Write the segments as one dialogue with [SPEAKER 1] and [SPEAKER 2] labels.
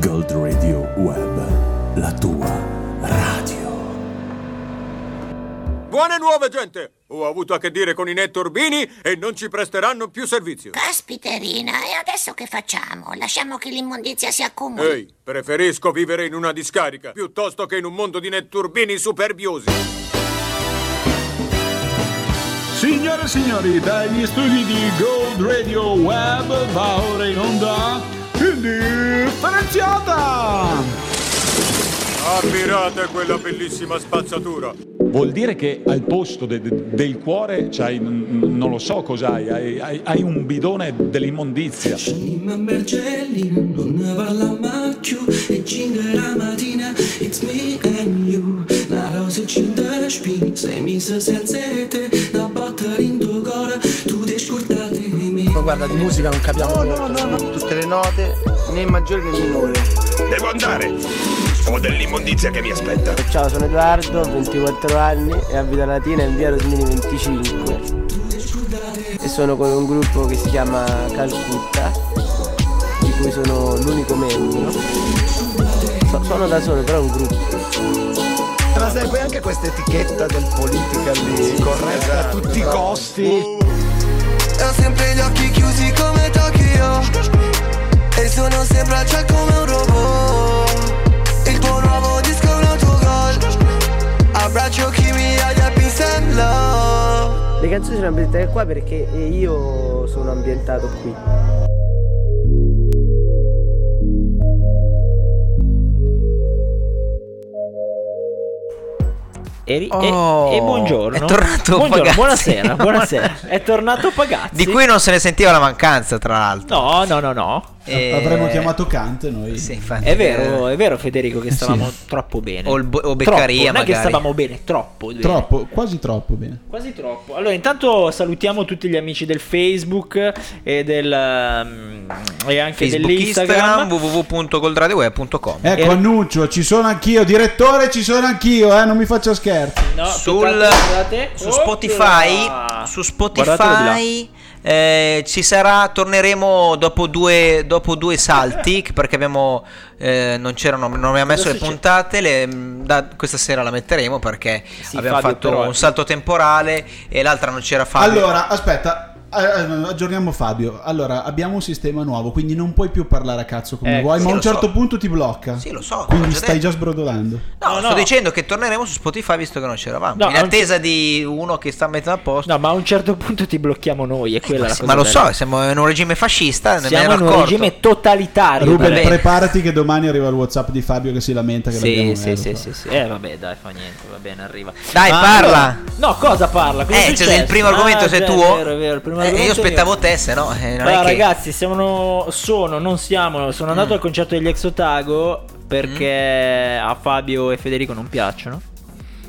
[SPEAKER 1] Gold Radio Web, la tua radio.
[SPEAKER 2] Buone nuove, gente! Ho avuto a che dire con i netturbini e non ci presteranno più servizio.
[SPEAKER 3] Caspiterina, e adesso che facciamo? Lasciamo che l'immondizia si accumuli?
[SPEAKER 2] Ehi, preferisco vivere in una discarica piuttosto che in un mondo di netturbini superbiosi.
[SPEAKER 4] Signore e signori, dagli studi di Gold Radio Web va ora in onda Indifferenziata!
[SPEAKER 2] Ammirate quella bellissima spazzatura.
[SPEAKER 5] Vuol dire che al posto de- de- del cuore c'hai, n- n- non lo so cos'hai, hai, hai- hai un bidone dell'immondizia.
[SPEAKER 6] Anima Mergellina non parla mai più E cinque la mattina, it's me and you La rosa cinta spin, sei messa senza te Una botta in tuo cuore, tu ti ascoltate me
[SPEAKER 7] Ma guarda, di musica non capiamo molto. tutte le note, né maggiore né minore.
[SPEAKER 8] Devo andare! Ho dell'immondizia che mi aspetta.
[SPEAKER 7] Ciao, sono Edoardo, 24 anni e abito a Latina in via Rosmini 25. E sono con un gruppo che si chiama Calcutta, di cui sono l'unico membro. So- sono da solo, però è un gruppo.
[SPEAKER 9] Ma sai, poi anche questa etichetta del politica lì, corretta a tutti i costi.
[SPEAKER 10] Ho sempre gli occhi chiusi come Tokyo E sono sempre al cielo come un robot Il tuo nuovo disco è un autogol Abbraccio chi mi ha gli happy and love
[SPEAKER 7] Le canzoni sono ambientate qua perché io sono ambientato qui.
[SPEAKER 11] E, ri- e-
[SPEAKER 12] Oh,
[SPEAKER 11] e buongiorno.
[SPEAKER 12] è tornato
[SPEAKER 11] Buongiorno,
[SPEAKER 12] Pagazzi.
[SPEAKER 11] Buonasera, buonasera. È tornato Pagazzi.
[SPEAKER 12] Di cui non se ne sentiva la mancanza, tra l'altro.
[SPEAKER 11] No, no, no, no.
[SPEAKER 12] Eh,
[SPEAKER 4] Avremmo chiamato Kant noi.
[SPEAKER 12] Sì, infatti.
[SPEAKER 11] È vero, è vero Federico che stavamo troppo bene.
[SPEAKER 12] Eh, O, il bo- o
[SPEAKER 11] troppo,
[SPEAKER 12] Beccaria,
[SPEAKER 11] non è
[SPEAKER 12] magari.
[SPEAKER 11] che stavamo bene, troppo. bene.
[SPEAKER 4] Troppo, quasi troppo bene.
[SPEAKER 11] Quasi troppo. Allora, intanto salutiamo tutti gli amici del Facebook e del ehm, e anche
[SPEAKER 12] Facebook,
[SPEAKER 11] dell'Instagram.
[SPEAKER 12] Instagram, www.goldradioweb.com.
[SPEAKER 4] Ecco,
[SPEAKER 11] Era-
[SPEAKER 4] annuncio, ci sono anch'io, direttore, ci sono anch'io, eh, non mi faccio scherzi.
[SPEAKER 11] No,
[SPEAKER 12] Sul-
[SPEAKER 11] aspettate, guardate. Oh,
[SPEAKER 12] Su Spotify,
[SPEAKER 11] Oppla.
[SPEAKER 12] su
[SPEAKER 11] Guardatelo di là.
[SPEAKER 12] Spotify eh, ci sarà, torneremo dopo due, dopo due salti che- perché abbiamo, eh, non, c'erano, non abbiamo messo le
[SPEAKER 11] succede?
[SPEAKER 12] puntate, le- mm, da- questa sera la metteremo perché
[SPEAKER 11] Sì,
[SPEAKER 12] abbiamo
[SPEAKER 11] Fabio,
[SPEAKER 12] fatto
[SPEAKER 11] però- eh.
[SPEAKER 12] un salto temporale e l'altra non c'era Fabio.
[SPEAKER 4] Allora, aspetta. eh, eh, Aggiorniamo Fabio. Allora, abbiamo un sistema nuovo, quindi non puoi più parlare a cazzo come
[SPEAKER 11] Ecco,
[SPEAKER 4] vuoi,
[SPEAKER 12] sì,
[SPEAKER 4] ma a
[SPEAKER 12] lo
[SPEAKER 4] un certo
[SPEAKER 12] so.
[SPEAKER 4] punto ti blocca.
[SPEAKER 12] Sì, lo so, l'ho
[SPEAKER 4] Quindi
[SPEAKER 12] già
[SPEAKER 4] stai
[SPEAKER 12] detto.
[SPEAKER 4] già sbrodolando.
[SPEAKER 12] No,
[SPEAKER 11] No,
[SPEAKER 12] sto
[SPEAKER 11] no.
[SPEAKER 12] dicendo che torneremo su Spotify visto che non c'eravamo.
[SPEAKER 11] No,
[SPEAKER 12] in
[SPEAKER 11] non
[SPEAKER 12] attesa di uno che sta mettendo a posto.
[SPEAKER 11] No, ma a un certo punto ti blocchiamo noi. È quella
[SPEAKER 12] ma
[SPEAKER 11] la
[SPEAKER 12] sì,
[SPEAKER 11] cosa
[SPEAKER 12] ma lo
[SPEAKER 11] bella.
[SPEAKER 12] so, siamo in un regime fascista. ne me ne
[SPEAKER 11] Siamo
[SPEAKER 12] ero
[SPEAKER 11] in un
[SPEAKER 12] accorto.
[SPEAKER 11] regime totalitario.
[SPEAKER 4] Ruben,
[SPEAKER 11] Vabbè.
[SPEAKER 12] bene.
[SPEAKER 4] preparati che domani arriva il WhatsApp di Fabio che si lamenta che
[SPEAKER 11] Sì,
[SPEAKER 4] l'abbiamo
[SPEAKER 11] sì,
[SPEAKER 4] messo.
[SPEAKER 11] sì, sì, sì. Eh, vabbè, dai, fa niente, va bene, arriva.
[SPEAKER 12] Dai,
[SPEAKER 11] Ma
[SPEAKER 12] parla.
[SPEAKER 11] allora- no, cosa parla? Cosa è
[SPEAKER 12] Eh, cioè,
[SPEAKER 11] successo?
[SPEAKER 12] il primo argomento
[SPEAKER 11] Ah,
[SPEAKER 12] sei
[SPEAKER 11] già,
[SPEAKER 12] tu.
[SPEAKER 11] È vero, è vero, il primo
[SPEAKER 12] Eh, io
[SPEAKER 11] argomento è
[SPEAKER 12] aspettavo
[SPEAKER 11] mio.
[SPEAKER 12] te, se no. eh, non
[SPEAKER 11] Allora,
[SPEAKER 12] è che- Mm.
[SPEAKER 11] ragazzi, siamo, sono, non siamo, sono andato al concerto degli Exotago perché a Fabio e Federico non piacciono.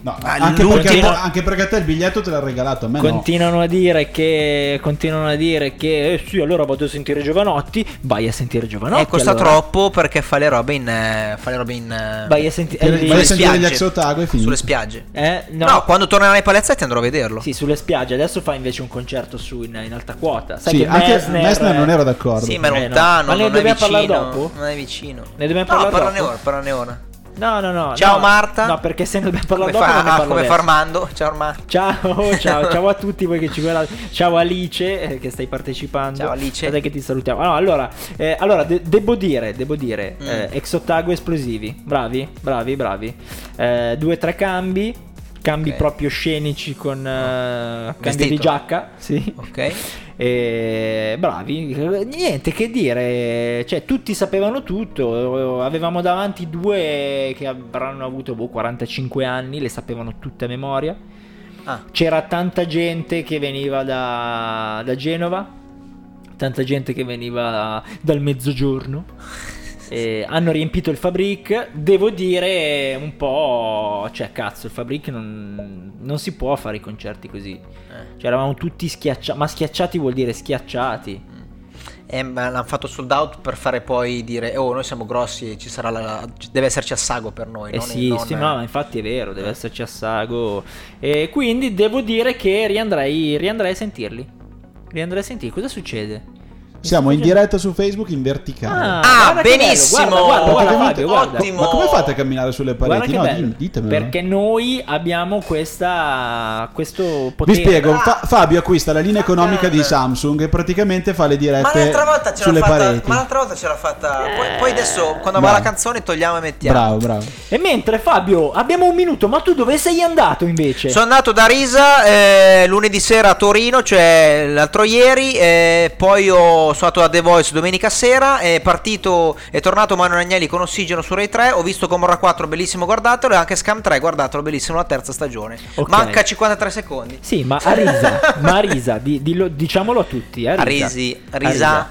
[SPEAKER 4] No,
[SPEAKER 12] Ma
[SPEAKER 4] anche, perché,
[SPEAKER 12] l'ultimo-
[SPEAKER 4] anche perché a te il biglietto te l'ha regalato, a me no.
[SPEAKER 11] Continuano a dire che continuano a dire che eh sì, allora vado a sentire Giovanotti, vai a sentire Giovanotti.
[SPEAKER 12] Eh, costa
[SPEAKER 11] allora.
[SPEAKER 12] troppo perché fa le robe in. eh, fa le robe in. eh,
[SPEAKER 11] Vai a sentire
[SPEAKER 4] Vai a
[SPEAKER 12] sulle
[SPEAKER 4] sentire
[SPEAKER 12] spiagge.
[SPEAKER 4] gli Exotago e finito.
[SPEAKER 12] Sulle spiagge.
[SPEAKER 11] eh,
[SPEAKER 12] No. quando torneranno ai palazzetti andrò a vederlo.
[SPEAKER 11] Sì, sulle spiagge. Adesso fa invece un concerto su in, in alta quota. Sai
[SPEAKER 4] Sì,
[SPEAKER 11] che
[SPEAKER 4] anche
[SPEAKER 11] Messner,
[SPEAKER 4] non era d'accordo.
[SPEAKER 12] Sì, ma è
[SPEAKER 11] Eh, no.
[SPEAKER 12] lontano,
[SPEAKER 11] Ma ne
[SPEAKER 12] non è
[SPEAKER 11] dobbiamo parlare
[SPEAKER 12] vicino.
[SPEAKER 11] dopo?
[SPEAKER 12] Non è vicino.
[SPEAKER 11] Ne dobbiamo
[SPEAKER 12] no,
[SPEAKER 11] parlare
[SPEAKER 12] parlane
[SPEAKER 11] dopo?
[SPEAKER 12] ora, parlane ora.
[SPEAKER 11] No, no, no.
[SPEAKER 12] Ciao
[SPEAKER 11] no.
[SPEAKER 12] Marta.
[SPEAKER 11] No, perché se ne dobbiamo
[SPEAKER 12] Come
[SPEAKER 11] parlare dopo
[SPEAKER 12] fa,
[SPEAKER 11] non ne
[SPEAKER 12] ah,
[SPEAKER 11] parlo
[SPEAKER 12] come
[SPEAKER 11] adesso.
[SPEAKER 12] fa Armando? Ciao Armando.
[SPEAKER 11] Ciao, ciao, ciao a tutti voi che ci guardate. Ciao Alice eh, che stai partecipando.
[SPEAKER 12] Ciao, Alice.
[SPEAKER 11] Aspetta che ti salutiamo. Ah, no, allora, eh, allora de- devo dire, devo dire,
[SPEAKER 12] Mm.
[SPEAKER 11] eh, Exotago esplosivi. Bravi, bravi, bravi. Eh, due, tre cambi. Cambi
[SPEAKER 12] Ok.
[SPEAKER 11] proprio scenici con eh, cambi di
[SPEAKER 12] Vestito.
[SPEAKER 11] giacca. Sì.
[SPEAKER 12] Ok. Eh,
[SPEAKER 11] E bravi, niente che dire, cioè tutti sapevano tutto, avevamo davanti due che avranno avuto boh, 45 anni, le sapevano tutte a memoria.
[SPEAKER 12] Ah.
[SPEAKER 11] C'era tanta gente che veniva da, da Genova, tanta gente che veniva da- dal mezzogiorno. E hanno riempito il Fabric, devo dire un po'... cioè cazzo, il Fabric non, non si può fare i concerti così.
[SPEAKER 12] Eh.
[SPEAKER 11] Cioè, eravamo tutti schiacciati. Ma schiacciati vuol dire schiacciati.
[SPEAKER 12] Eh, ma l'hanno fatto sold out per fare poi dire oh noi siamo grossi e ci sarà la, deve esserci assago per noi
[SPEAKER 11] eh
[SPEAKER 12] non-
[SPEAKER 11] sì,
[SPEAKER 12] non- Eh.
[SPEAKER 11] sì, no, ma infatti è vero, deve esserci assago. E quindi devo dire che riandrei, riandrei a sentirli. Riandrei a sentirli. Cosa succede?
[SPEAKER 13] Siamo in diretta su Facebook in verticale.
[SPEAKER 12] Ah, ah, benissimo.
[SPEAKER 11] Guarda, guarda, guarda,
[SPEAKER 13] Ma
[SPEAKER 11] Fabio,
[SPEAKER 13] come-
[SPEAKER 11] guarda.
[SPEAKER 13] Ma come fate a camminare sulle
[SPEAKER 11] Guarda
[SPEAKER 13] pareti?
[SPEAKER 11] che
[SPEAKER 13] No,
[SPEAKER 11] bello.
[SPEAKER 13] dim- ditemelo.
[SPEAKER 11] Perché noi abbiamo questa questo
[SPEAKER 13] Vi
[SPEAKER 11] potere.
[SPEAKER 13] spiego,
[SPEAKER 12] Ah.
[SPEAKER 13] Fa- Fabio acquista la linea economica di Samsung e praticamente fa le
[SPEAKER 12] Ma
[SPEAKER 13] dirette
[SPEAKER 12] l'altra volta ce
[SPEAKER 13] sulle
[SPEAKER 12] l'ha fatta.
[SPEAKER 13] pareti. Eh.
[SPEAKER 12] Ma l'altra volta ce l'ha fatta. Poi, poi adesso quando va
[SPEAKER 13] Bravo.
[SPEAKER 12] la canzone togliamo e mettiamo.
[SPEAKER 13] Bravo, bravo.
[SPEAKER 11] E mentre Fabio, abbiamo un minuto, ma tu dove sei andato invece?
[SPEAKER 12] Sono andato da Risa eh, lunedì sera a Torino, cioè l'altro ieri, eh, poi ho suonato da The Voice domenica sera, è partito, è tornato Manu Agnelli con Ossigeno su Rai 3, ho visto Comorra 4, bellissimo, guardatelo, e anche Scam 3, guardatelo, bellissimo, la terza stagione.
[SPEAKER 11] Ok.
[SPEAKER 12] Manca 53 secondi.
[SPEAKER 11] Sì, ma Arisa, ma Arisa, di- dillo- diciamolo a tutti, Arisa.
[SPEAKER 12] Arisi, Risa.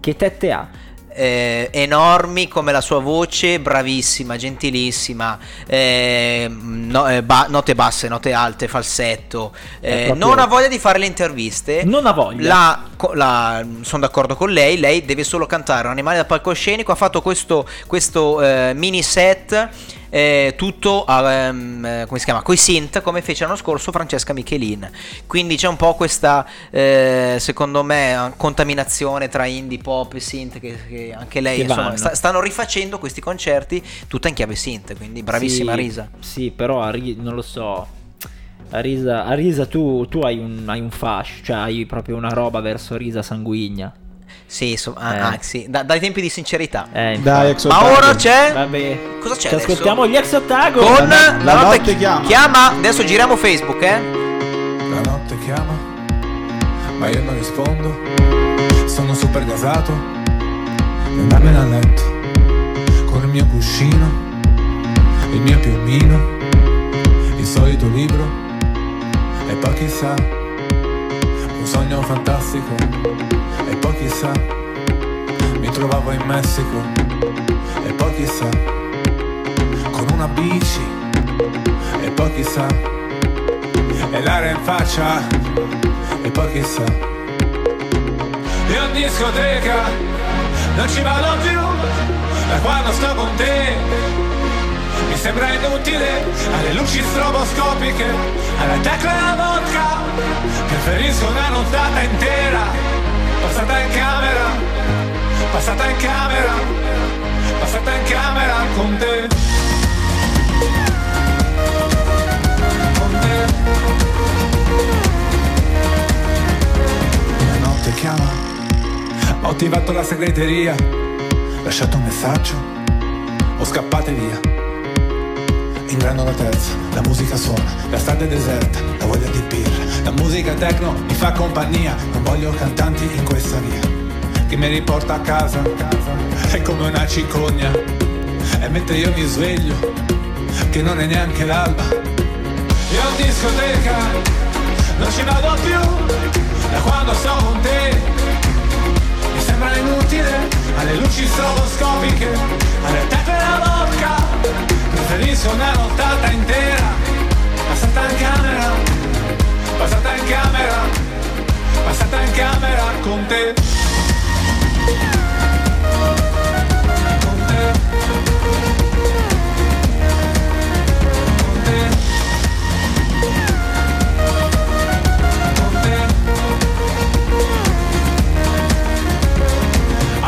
[SPEAKER 11] Che tette ha?
[SPEAKER 12] eh, enormi come la sua voce, bravissima, gentilissima, eh, no- eh, ba- note basse, note alte, falsetto.
[SPEAKER 11] È
[SPEAKER 12] eh,
[SPEAKER 11] proprio-
[SPEAKER 12] Non ha voglia di fare le interviste.
[SPEAKER 11] Non ha voglia.
[SPEAKER 12] La- co- la- sono d'accordo con lei, lei deve solo cantare. Un animale da palcoscenico ha fatto questo, questo, eh, mini set. eh, tutto a, ehm, eh, come si chiama coi synth come fece l'anno scorso Francesca Michelin quindi c'è un po' questa eh, secondo me contaminazione tra indie pop e synth che, che anche lei
[SPEAKER 11] Che
[SPEAKER 12] insomma,
[SPEAKER 11] vanno.
[SPEAKER 12] sta- stanno rifacendo questi concerti tutta in chiave synth quindi bravissima
[SPEAKER 11] Sì,
[SPEAKER 12] Risa
[SPEAKER 11] Sì, però Ari- non lo so. Arisa, Arisa tu, tu hai un, hai un fascio, cioè hai proprio una roba verso Risa sanguigna.
[SPEAKER 12] Sì, insomma,
[SPEAKER 11] Eh.
[SPEAKER 12] ah, ah, sì, da- dai tempi di sincerità
[SPEAKER 13] Dai, ex
[SPEAKER 12] ma
[SPEAKER 13] ottago.
[SPEAKER 12] ora c'è
[SPEAKER 11] Vabbè.
[SPEAKER 12] Eh, cosa c'è
[SPEAKER 11] Ci
[SPEAKER 12] adesso?
[SPEAKER 11] ascoltiamo gli ex ottago.
[SPEAKER 12] con la, notte,
[SPEAKER 13] notte
[SPEAKER 12] chiama. Adesso giriamo Facebook, eh?
[SPEAKER 14] La notte chiama, ma io non rispondo. Sono super gasato e dammela lento. Con il mio cuscino, il mio piumino, il solito libro. E poi chissà, un sogno fantastico. E poi chissà, mi trovavo in Messico. E poi chissà, con una bici. E poi chissà e l'aria in faccia e poi chissà io in discoteca non ci vado più da quando sto con te mi sembra inutile alle luci stroboscopiche alla tecla e alla vodka preferisco una nottata intera passata in camera passata in camera passata in camera con te con te La notte chiama, ho attivato la segreteria, lasciato un messaggio, o scappate via. Inverno la terza, la musica suona, la strada è deserta, la voglia di birra, la musica techno mi fa compagnia, non voglio cantanti in questa via, che mi riporta a casa, è come una cicogna, e mentre io mi sveglio, che non è neanche l'alba, io in discoteca, non ci vado più, da quando sto con te mi sembra inutile alle luci stroboscopiche alle tette della bocca preferisco una nottata intera passata in camera passata in camera passata in camera con te con te con te con te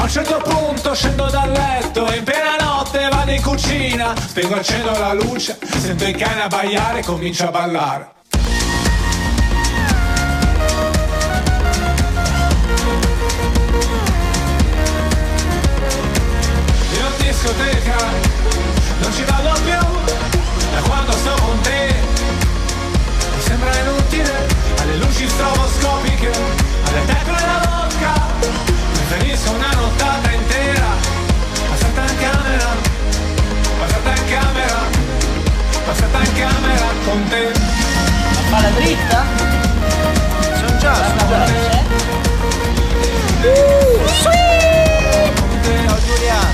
[SPEAKER 14] A un certo punto scendo dal letto e in piena notte vado in cucina Spengo e accendo la luce, sento il cane abbaiare e comincio a ballare Io in discoteca non ci vado più da quando sto con te Mi sembra inutile alle luci stroboscopiche, alle tecle della vodka Preferisco una nottata intera Passata in camera Passata in camera Passata in camera con te La palla dritta? Sono già Sono già Con te Ciao Giuliano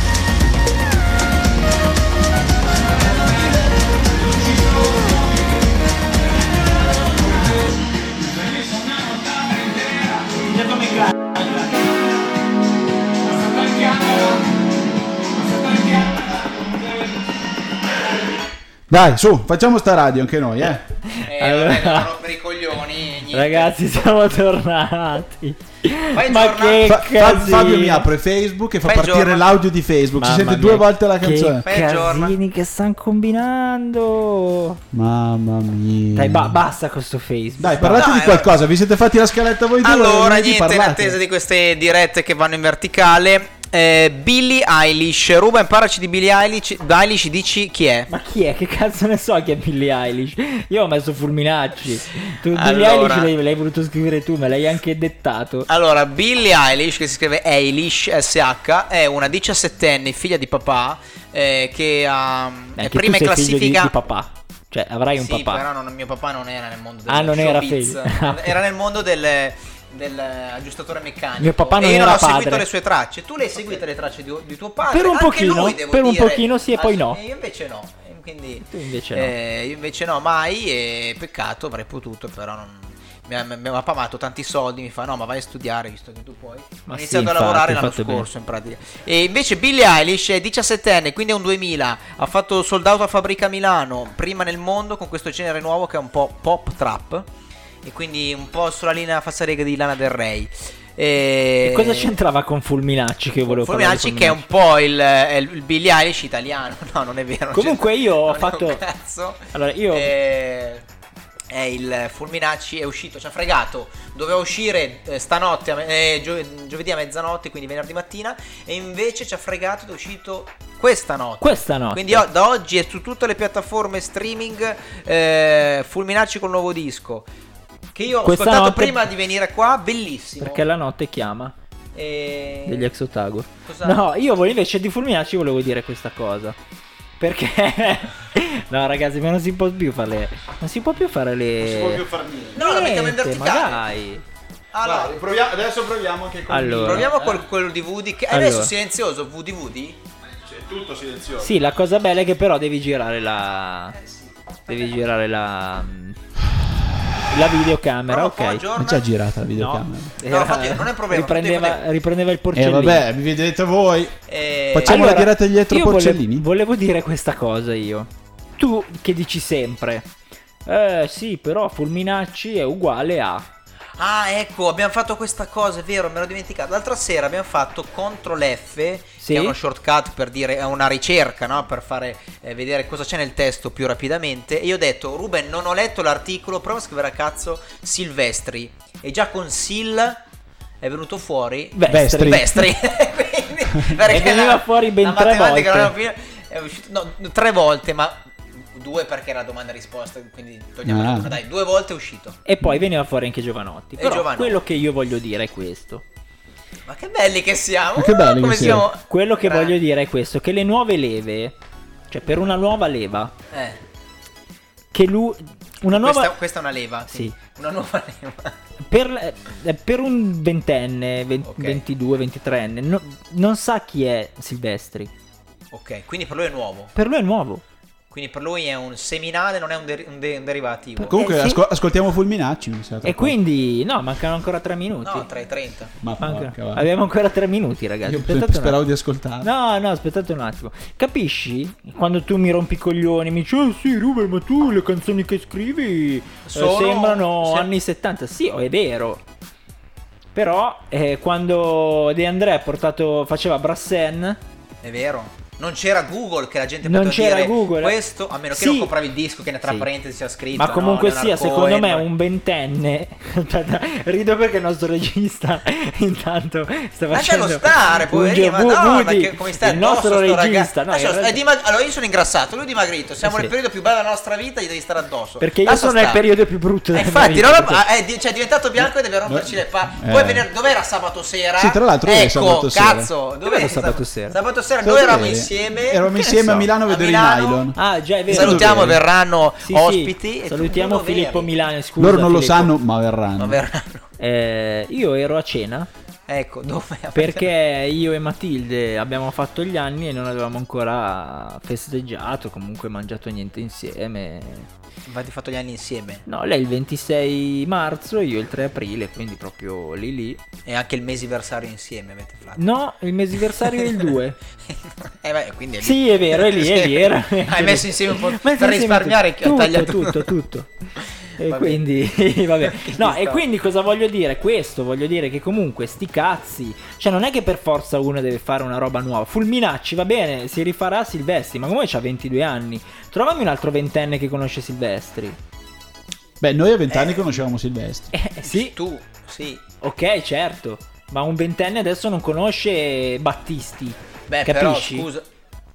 [SPEAKER 13] Dai, su, facciamo sta radio anche noi, eh.
[SPEAKER 12] Eh, vabbè, per i coglioni, niente.
[SPEAKER 11] Ragazzi, siamo tornati.
[SPEAKER 13] Ma
[SPEAKER 11] che casino.
[SPEAKER 13] Fabio mi apre Facebook e fa
[SPEAKER 11] Fai
[SPEAKER 13] partire
[SPEAKER 11] giorno.
[SPEAKER 13] l'audio di Facebook. si
[SPEAKER 11] Mamma
[SPEAKER 13] sente
[SPEAKER 11] mia,
[SPEAKER 13] due volte la
[SPEAKER 11] che
[SPEAKER 13] canzone.
[SPEAKER 11] casini che stanno combinando.
[SPEAKER 13] Mamma mia.
[SPEAKER 11] Dai, ba- basta con sto Facebook.
[SPEAKER 13] Dai, parlate di qualcosa. Vi siete fatti la scaletta voi due? non
[SPEAKER 12] Allora,
[SPEAKER 13] vi
[SPEAKER 12] niente, in
[SPEAKER 13] parlate.
[SPEAKER 12] attesa di queste dirette che vanno in verticale. eh, Billie Eilish, Ruba, imparaci di Billie Eilish, Eilish, dici chi è?
[SPEAKER 11] Ma chi è? Che cazzo ne so chi è Billie Eilish? Io ho messo Fulminacci. Tu, Billie
[SPEAKER 12] Allora. Ah,
[SPEAKER 11] Eilish l'hai, l'hai voluto scrivere tu, me l'hai anche dettato.
[SPEAKER 12] Allora, Billie Eilish, che si scrive Eilish SH, è una 17enne figlia di papà eh, che ha è
[SPEAKER 11] Anche
[SPEAKER 12] prima in
[SPEAKER 11] tu sei figlio di,
[SPEAKER 12] classifica.
[SPEAKER 11] di papà. Cioè, avrai un
[SPEAKER 12] Sì,
[SPEAKER 11] papà.
[SPEAKER 12] però non- mio papà non era nel mondo del
[SPEAKER 11] Ah, non era
[SPEAKER 12] showbiz.
[SPEAKER 11] figlio. Ah,
[SPEAKER 12] era nel mondo del, del aggiustatore meccanico.
[SPEAKER 11] Mio papà non
[SPEAKER 12] e io
[SPEAKER 11] era
[SPEAKER 12] non ho seguito
[SPEAKER 11] padre.
[SPEAKER 12] le sue tracce. Tu le hai seguite le tracce di, di tuo padre?
[SPEAKER 11] Per un
[SPEAKER 12] Anche
[SPEAKER 11] pochino,
[SPEAKER 12] lui, devo
[SPEAKER 11] per un
[SPEAKER 12] dire.
[SPEAKER 11] pochino sì e poi no.
[SPEAKER 12] E io invece no. E Quindi
[SPEAKER 11] Tu invece no.
[SPEAKER 12] eh, io invece no, mai. E peccato, avrei potuto, però non. Mi ha, mi ha pamato tanti soldi, mi fa no, ma vai a studiare, visto che tu puoi.
[SPEAKER 11] Ma
[SPEAKER 12] ho
[SPEAKER 11] sì,
[SPEAKER 12] iniziato
[SPEAKER 11] infatti,
[SPEAKER 12] a lavorare l'anno
[SPEAKER 11] fatto
[SPEAKER 12] scorso,
[SPEAKER 11] bene.
[SPEAKER 12] in pratica. E invece Billie Eilish è 17enne, quindi è un 2000. Ha fatto sold out a Fabbrica Milano, prima nel mondo, con questo genere nuovo che è un po' pop trap. E quindi un po' sulla linea fassarega di Lana Del Rey. E,
[SPEAKER 11] E cosa c'entrava con Fulminacci che volevo parlare di
[SPEAKER 12] Fulminacci che è un po' il, è il Billie Eilish italiano. No, non è vero. non
[SPEAKER 11] Comunque io ho
[SPEAKER 12] non è un
[SPEAKER 11] fatto-
[SPEAKER 12] cazzo.
[SPEAKER 11] Allora, io-
[SPEAKER 12] Eh, È il Fulminacci è uscito, ci ha fregato. Doveva uscire eh, stanotte, a me- eh, gio- giovedì a mezzanotte, quindi venerdì mattina. E invece ci ha fregato ed è uscito questa notte.
[SPEAKER 11] Questa notte.
[SPEAKER 12] Quindi o- da oggi è su tutte le piattaforme streaming eh, Fulminacci col nuovo disco. Che io ho
[SPEAKER 11] Questa
[SPEAKER 12] ascoltato
[SPEAKER 11] notte-
[SPEAKER 12] prima di venire qua, bellissimo.
[SPEAKER 11] Perché la notte chiama
[SPEAKER 12] E-
[SPEAKER 11] degli ex Otago.
[SPEAKER 12] Cosa-
[SPEAKER 11] No, io volevo, invece di Fulminacci volevo dire questa cosa. Perché... no ragazzi, ma non si può più fare le... Non si può più fare le... Non si
[SPEAKER 13] può più far niente.
[SPEAKER 12] No, la mettiamo in verticale.
[SPEAKER 11] Ma dai.
[SPEAKER 12] Allora,
[SPEAKER 13] Guarda, proviamo- adesso proviamo anche con
[SPEAKER 11] Allora.
[SPEAKER 12] Proviamo col, quello di Woody. Che
[SPEAKER 11] Allora.
[SPEAKER 12] adesso silenzioso, Woody Woody.
[SPEAKER 13] C'è tutto silenzioso.
[SPEAKER 11] Sì, la cosa bella è che però devi girare la... Devi girare la... La videocamera, ok.
[SPEAKER 13] È già girata la videocamera.
[SPEAKER 11] Era- Riprendeva, riprendeva il porcellino.
[SPEAKER 13] Eh, vabbè, vi vedete voi.
[SPEAKER 12] Eh,
[SPEAKER 13] Facciamo
[SPEAKER 11] Allora,
[SPEAKER 13] la diretta dietro
[SPEAKER 11] io vole-
[SPEAKER 13] Porcellini.
[SPEAKER 11] Volevo, dire questa cosa io. Tu che dici sempre, eh sì, però Fulminacci è uguale a.
[SPEAKER 12] Ah, ecco, abbiamo fatto questa cosa, è vero, me l'ho dimenticato. L'altra sera abbiamo fatto CTRL F,
[SPEAKER 11] Sì.
[SPEAKER 12] che è uno shortcut per dire, è una ricerca, no? Per fare eh, vedere cosa c'è nel testo più rapidamente. E io ho detto, Ruben, non ho letto l'articolo, prova a scrivere a cazzo Silvestri. E già con Sil è venuto fuori
[SPEAKER 11] Vestri.
[SPEAKER 12] Vestri. Quindi, perché
[SPEAKER 11] E veniva
[SPEAKER 12] la-
[SPEAKER 11] fuori ben
[SPEAKER 12] la
[SPEAKER 11] tre
[SPEAKER 12] matematica non era
[SPEAKER 11] volte.
[SPEAKER 12] più- è uscito- no, tre volte, ma due perché era domanda e risposta, quindi togliamo
[SPEAKER 11] Ah.
[SPEAKER 12] la cosa, dai, due volte è uscito.
[SPEAKER 11] E poi veniva fuori anche Giovanotti.
[SPEAKER 12] E
[SPEAKER 11] Però
[SPEAKER 12] Giovanotti.
[SPEAKER 11] quello che io voglio dire è questo.
[SPEAKER 12] Ma che belli che siamo! Uh, come siamo-
[SPEAKER 11] Quello che
[SPEAKER 12] Bra-
[SPEAKER 11] voglio dire è questo: che le nuove leve, cioè per una nuova leva,
[SPEAKER 12] Eh,
[SPEAKER 11] che lui. Una nuova.
[SPEAKER 12] questa, questa è una leva. Sì.
[SPEAKER 11] Sì.
[SPEAKER 12] Una nuova leva.
[SPEAKER 11] per, eh, per un ventenne, 22, 23 enne, non sa chi è Silvestri.
[SPEAKER 12] Ok, quindi per lui è nuovo.
[SPEAKER 11] Per lui è nuovo.
[SPEAKER 12] Quindi per lui è un seminale, non è un, deri- un de- un derivativo.
[SPEAKER 13] Comunque, asco- ascoltiamo Fulminacci. Mi sa, tra
[SPEAKER 11] Eh, E
[SPEAKER 13] poco.
[SPEAKER 11] quindi, no, mancano ancora 3 minuti.
[SPEAKER 12] No, tra i 30.
[SPEAKER 13] Ma
[SPEAKER 11] Manca-
[SPEAKER 13] porca va.
[SPEAKER 11] Abbiamo ancora 3 minuti, ragazzi.
[SPEAKER 13] Io
[SPEAKER 11] Aspettate un
[SPEAKER 13] speravo
[SPEAKER 11] attimo.
[SPEAKER 13] di ascoltare.
[SPEAKER 11] No, no, aspettate un attimo. Capisci? Quando tu mi rompi i coglioni, mi dici, oh sì, Ruben, ma tu le canzoni che scrivi eh,
[SPEAKER 12] Sono-
[SPEAKER 11] sembrano
[SPEAKER 12] se-
[SPEAKER 11] anni 70. Sì, oh, è vero. Però, eh, quando De André ha portato, faceva Brassen,
[SPEAKER 12] È vero. Non c'era Google che la gente
[SPEAKER 11] Non
[SPEAKER 12] poteva
[SPEAKER 11] c'era
[SPEAKER 12] dire
[SPEAKER 11] Google, eh.
[SPEAKER 12] questo, a meno che
[SPEAKER 11] Sì.
[SPEAKER 12] non compravi il disco che ne tra
[SPEAKER 11] Sì.
[SPEAKER 12] parentesi c'era scritto.
[SPEAKER 11] ma
[SPEAKER 12] no,
[SPEAKER 11] comunque
[SPEAKER 12] Leonard
[SPEAKER 11] sia, secondo
[SPEAKER 12] Cohen,
[SPEAKER 11] me, un ventenne. Aspetta, rido perché il nostro regista intanto sta facendo.
[SPEAKER 12] Lascialo stare,
[SPEAKER 11] un
[SPEAKER 12] poverino.
[SPEAKER 11] gio-
[SPEAKER 12] Madonna,
[SPEAKER 11] Woody,
[SPEAKER 12] che- come stai
[SPEAKER 11] Il
[SPEAKER 12] addosso,
[SPEAKER 11] nostro
[SPEAKER 12] sto
[SPEAKER 11] regista. no,
[SPEAKER 12] ragazzo? Lascialo stare,
[SPEAKER 11] in
[SPEAKER 12] è
[SPEAKER 11] realtà-
[SPEAKER 12] dimag- allora io sono ingrassato, lui è dimagrito. Siamo
[SPEAKER 11] Eh sì.
[SPEAKER 12] nel periodo più bello della nostra vita, gli devi stare addosso.
[SPEAKER 11] Perché io
[SPEAKER 12] Lascia
[SPEAKER 11] sono nel
[SPEAKER 12] stare.
[SPEAKER 11] periodo più brutto della
[SPEAKER 12] Eh, Infatti,
[SPEAKER 11] mia
[SPEAKER 12] no,
[SPEAKER 11] vita.
[SPEAKER 12] no, ma, eh, di- cioè, è diventato bianco e deve romperci le palle. Poi
[SPEAKER 11] eh.
[SPEAKER 12] venerdì, dov'era sabato sera?
[SPEAKER 13] Sì, tra l'altro era
[SPEAKER 12] ecco,
[SPEAKER 13] sabato sera.
[SPEAKER 12] cazzo, dove
[SPEAKER 11] Era sabato sera.
[SPEAKER 12] Sabato sera
[SPEAKER 13] Sabato
[SPEAKER 12] noi eravamo
[SPEAKER 13] sera.
[SPEAKER 12] insieme.
[SPEAKER 13] Eravamo
[SPEAKER 12] Che ne
[SPEAKER 13] insieme a
[SPEAKER 12] so,
[SPEAKER 13] Milano a vedere i
[SPEAKER 12] Milano.
[SPEAKER 13] nylon.
[SPEAKER 11] Ah, già è vero.
[SPEAKER 12] Salutiamo,
[SPEAKER 11] Dove eri?
[SPEAKER 12] verranno
[SPEAKER 11] Sì, sì.
[SPEAKER 12] ospiti e
[SPEAKER 11] Salutiamo
[SPEAKER 12] tutto, dove
[SPEAKER 11] Filippo
[SPEAKER 12] eri?
[SPEAKER 11] Milano. Scusa,
[SPEAKER 13] Loro non lo
[SPEAKER 11] Filippo.
[SPEAKER 13] sanno, ma verranno.
[SPEAKER 11] Eh, io ero a cena.
[SPEAKER 12] Ecco, dove?
[SPEAKER 11] Perché io e Matilde abbiamo fatto gli anni e non avevamo ancora festeggiato, comunque mangiato niente insieme.
[SPEAKER 12] Infatti, fatto gli anni insieme.
[SPEAKER 11] No, lei il 26 marzo, io il 3 aprile, quindi proprio lì lì.
[SPEAKER 12] E anche il mesiversario insieme avete fatto.
[SPEAKER 11] No, il mesiversario è il 2.
[SPEAKER 12] Eh, beh, quindi è lì.
[SPEAKER 11] Sì, è vero, è lì, è lì. Era...
[SPEAKER 12] Hai messo insieme un po'
[SPEAKER 11] Messo
[SPEAKER 12] per
[SPEAKER 11] insieme
[SPEAKER 12] risparmiare
[SPEAKER 11] tutto,
[SPEAKER 12] ho tagliato
[SPEAKER 11] tutto, tutto. E
[SPEAKER 12] Vabbè.
[SPEAKER 11] quindi, vabbè. No,
[SPEAKER 12] Ci
[SPEAKER 11] e
[SPEAKER 12] sta.
[SPEAKER 11] quindi cosa voglio dire? Questo, voglio dire che comunque sti cazzi, cioè non è che per forza uno deve fare una roba nuova. Fulminacci, va bene, si rifarà Silvestri, ma come c'ha 22 anni? Trovami un altro ventenne che conosce Silvestri.
[SPEAKER 13] Beh, noi a vent'anni conoscevamo Silvestri.
[SPEAKER 11] Eh, sì.
[SPEAKER 12] Tu, sì.
[SPEAKER 11] Ok, certo. Ma un ventenne adesso non conosce Battisti.
[SPEAKER 12] Beh,
[SPEAKER 11] capisci?
[SPEAKER 12] però scusa.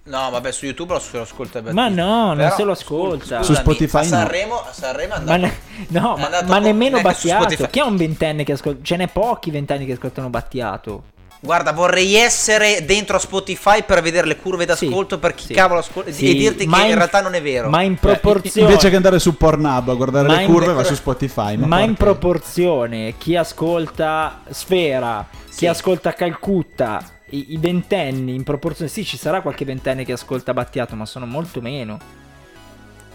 [SPEAKER 12] No, vabbè, su YouTube lo, se lo ascolta per
[SPEAKER 11] Ma no, non
[SPEAKER 12] Però,
[SPEAKER 11] se lo ascolta.
[SPEAKER 12] scusami, a Sanremo, a Sanremo è
[SPEAKER 11] Ma
[SPEAKER 12] andato.
[SPEAKER 11] ne- no, ma,
[SPEAKER 12] andato
[SPEAKER 11] ma
[SPEAKER 12] con-
[SPEAKER 11] nemmeno
[SPEAKER 12] neanche su
[SPEAKER 11] Battiato.
[SPEAKER 12] Spotify.
[SPEAKER 11] Chi è un ventenne che ascolta? Ce n'è pochi ventenni che ascoltano Battiato.
[SPEAKER 12] Guarda, vorrei essere dentro a Spotify per vedere le curve d'ascolto per chi cavolo ascolta
[SPEAKER 11] Sì,
[SPEAKER 12] e dirti
[SPEAKER 11] ma
[SPEAKER 12] che in,
[SPEAKER 11] in-
[SPEAKER 12] realtà non è vero.
[SPEAKER 11] ma in proporzione-
[SPEAKER 13] Invece che andare su Pornhub a guardare
[SPEAKER 11] Ma
[SPEAKER 13] le
[SPEAKER 11] in-
[SPEAKER 13] curve, va su Spotify.
[SPEAKER 11] Ma,
[SPEAKER 13] Ma, porca-
[SPEAKER 11] in proporzione, chi ascolta Sfera, chi ascolta Calcutta, i, i ventenni in proporzione. Sì, ci sarà qualche ventenne che ascolta Battiato, ma sono molto meno.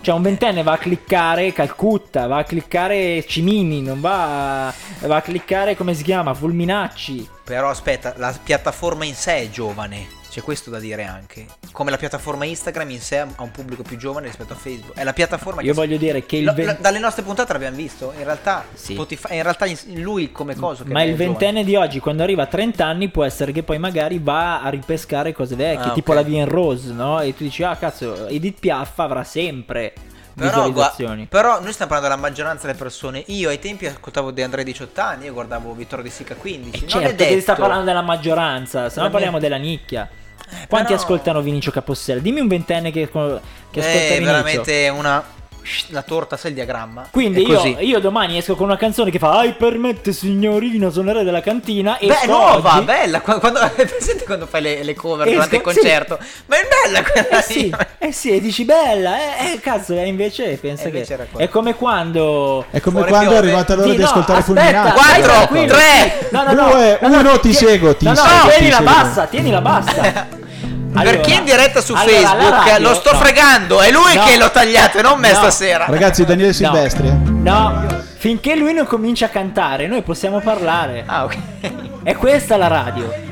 [SPEAKER 11] Cioè, un ventenne va a cliccare Calcutta, va a cliccare Cimini, non va a, va a cliccare come si chiama Fulminacci.
[SPEAKER 12] Però aspetta, la piattaforma in sé è giovane. C'è questo da dire anche. Come la piattaforma Instagram in sé ha un pubblico più giovane rispetto a Facebook. È la piattaforma
[SPEAKER 11] Io
[SPEAKER 12] che
[SPEAKER 11] voglio dire che il
[SPEAKER 12] Lo-
[SPEAKER 11] ven-
[SPEAKER 12] lo- dalle nostre puntate l'abbiamo visto. In realtà, Spotify, in realtà in- lui come cosa. che
[SPEAKER 11] Ma
[SPEAKER 12] è
[SPEAKER 11] il
[SPEAKER 12] giovane.
[SPEAKER 11] ventenne di oggi, quando arriva a 30 anni, può essere che poi magari va a ripescare cose vecchie,
[SPEAKER 12] Ah,
[SPEAKER 11] tipo
[SPEAKER 12] ok.
[SPEAKER 11] la Vien Rose, no? E tu dici, ah cazzo, Edith Piaffa avrà sempre
[SPEAKER 12] Però, gua-
[SPEAKER 11] visualizzazioni.
[SPEAKER 12] però noi stiamo parlando della maggioranza delle persone. Io ai tempi ascoltavo De Andrea 18 anni, io guardavo Vittorio De Sica 15. non è
[SPEAKER 11] certo,
[SPEAKER 12] detto.
[SPEAKER 11] che sta parlando della maggioranza, se no
[SPEAKER 12] Non è-
[SPEAKER 11] parliamo della nicchia. Quanti
[SPEAKER 12] però-
[SPEAKER 11] ascoltano Vinicio Capossella? Dimmi un ventenne che, che ascolta
[SPEAKER 12] è
[SPEAKER 11] Vinicio.
[SPEAKER 12] Eh, veramente una. La torta sa il diagramma.
[SPEAKER 11] Quindi
[SPEAKER 12] È
[SPEAKER 11] io,
[SPEAKER 12] così.
[SPEAKER 11] io domani esco con una canzone che fa Ai permette signorina suonare della cantina e
[SPEAKER 12] Beh,
[SPEAKER 11] esco
[SPEAKER 12] nuova,
[SPEAKER 11] oggi-
[SPEAKER 12] bella. Quando, quando, presente quando fai le, le cover
[SPEAKER 11] Esco-
[SPEAKER 12] durante il
[SPEAKER 11] sì.
[SPEAKER 12] concerto? Ma è bella quella
[SPEAKER 11] Eh sì, eh sì, e dici bella, eh, eh, cazzo, e invece pensa
[SPEAKER 12] E invece
[SPEAKER 11] che
[SPEAKER 12] era quella.
[SPEAKER 11] è come quando
[SPEAKER 13] È come quando è arrivata l'ora di ascoltare
[SPEAKER 11] Fulminacci.
[SPEAKER 13] Fulminacci. Quattro,
[SPEAKER 12] tre,
[SPEAKER 11] no, no, no,
[SPEAKER 13] due,
[SPEAKER 11] no, no,
[SPEAKER 13] uno, ti
[SPEAKER 11] tie-
[SPEAKER 13] seguo, ti
[SPEAKER 11] no, no,
[SPEAKER 13] seguo, ti
[SPEAKER 11] tieni la
[SPEAKER 13] seguo.
[SPEAKER 11] bassa, tieni la bassa.
[SPEAKER 12] per chi è in diretta su
[SPEAKER 11] allora, alla
[SPEAKER 12] Facebook eh,
[SPEAKER 11] radio-
[SPEAKER 12] lo sto
[SPEAKER 11] no.
[SPEAKER 12] fregando, è lui
[SPEAKER 11] No.
[SPEAKER 12] che l'ho tagliato e non me
[SPEAKER 11] No.
[SPEAKER 12] stasera.
[SPEAKER 13] Ragazzi, Daniele Silvestri. eh.
[SPEAKER 11] No, finché lui non comincia a cantare, noi possiamo parlare.
[SPEAKER 12] Ah, ok.
[SPEAKER 11] È questa la radio.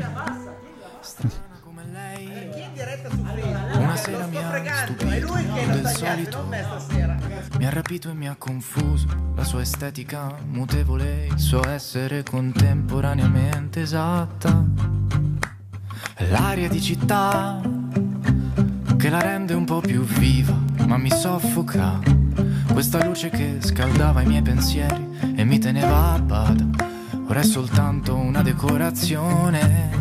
[SPEAKER 15] Una sera mi ha stupito del solito Mi ha rapito e mi ha confuso La sua estetica mutevole Il suo essere contemporaneamente esatta L'aria di città Che la rende un po' più viva Ma mi soffoca Questa luce che scaldava i miei pensieri E mi teneva a bada Ora è soltanto una decorazione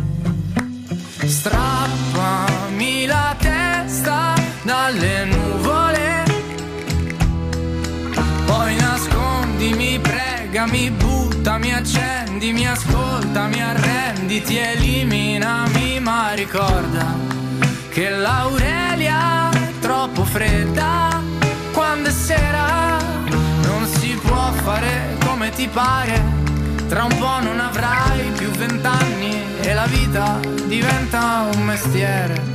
[SPEAKER 15] Strappami la testa dalle nuvole Poi nascondimi, pregami, buttami, accendimi, ascoltami, arrenditi, eliminami Ma ricorda che l'Aurelia è troppo fredda quando è sera Non si può fare come ti pare tra un po' non avrai più vent'anni e la vita diventa un mestiere.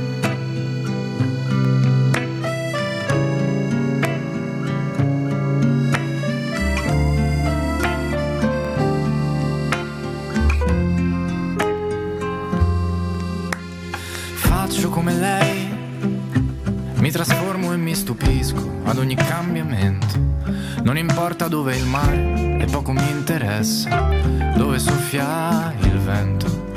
[SPEAKER 15] Faccio come lei, mi trasformo e mi stupisco ad ogni cambiamento. Non importa dove è il mare e poco mi interessa dove soffia il vento.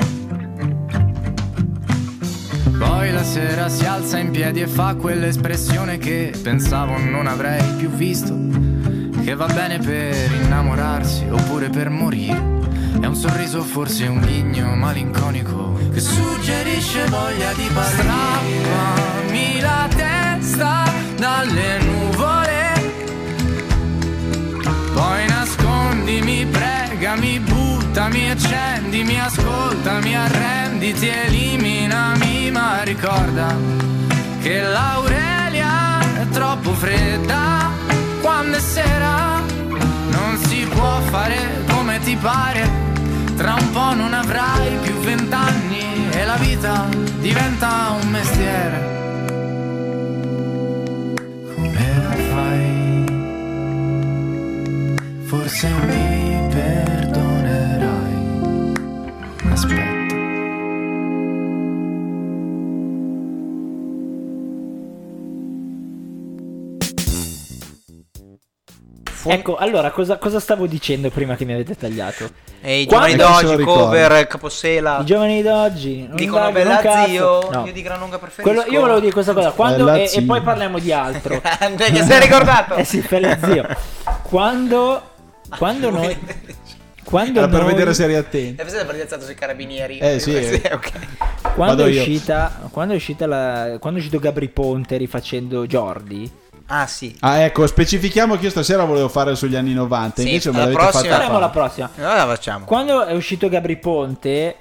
[SPEAKER 15] Poi la sera si alza in piedi e fa quell'espressione che pensavo non avrei più visto. Che va bene per innamorarsi oppure per morire. È un sorriso, forse un ghigno malinconico che suggerisce voglia di parlare.
[SPEAKER 10] Strappami la testa dalle nuvole
[SPEAKER 15] Poi nascondimi, pregami, buttami, accendimi, ascoltami, arrenditi, eliminami, ma ricorda che l'Aurelia è troppo fredda quando è sera. Non si può fare come ti pare, tra un po' non avrai più vent'anni e la vita diventa un mestiere. Come la fai? Forse mi perdonerai. Aspetta.
[SPEAKER 11] Ecco, allora, cosa, cosa stavo dicendo prima che mi avete tagliato?
[SPEAKER 12] E i giovani d'oggi, cover, caposela.
[SPEAKER 11] I giovani d'oggi non
[SPEAKER 12] Dicono
[SPEAKER 11] valgono un
[SPEAKER 12] bella
[SPEAKER 11] cazzo.
[SPEAKER 12] zio,
[SPEAKER 11] No.
[SPEAKER 12] io di gran lunga preferisco.
[SPEAKER 11] Quello- io volevo dire questa cosa quando,
[SPEAKER 12] Bella
[SPEAKER 11] e, e
[SPEAKER 12] zio.
[SPEAKER 11] poi parliamo di altro.
[SPEAKER 12] Grande, che sei ricordato?
[SPEAKER 11] eh sì, bella zio. Quando,
[SPEAKER 12] Ah,
[SPEAKER 11] quando noi, quando
[SPEAKER 13] Era per
[SPEAKER 11] noi-
[SPEAKER 13] vedere se eri attento.
[SPEAKER 12] È presente perché è alzato sui carabinieri?
[SPEAKER 13] Eh, sì, eh.
[SPEAKER 12] ok.
[SPEAKER 11] Quando
[SPEAKER 13] Vado
[SPEAKER 11] è,
[SPEAKER 13] io.
[SPEAKER 11] uscita, quando è uscita la, quando è uscito Gabri Ponte rifacendo Jordi,
[SPEAKER 12] Ah, sì.
[SPEAKER 13] Ah, ecco, specifichiamo che io stasera volevo fare sugli anni 90. invece me
[SPEAKER 11] la
[SPEAKER 13] l'avete fatta
[SPEAKER 11] prossima. Faremo
[SPEAKER 13] fare.
[SPEAKER 11] la prossima.
[SPEAKER 12] Allora la facciamo.
[SPEAKER 11] Quando è uscito Gabri Ponte,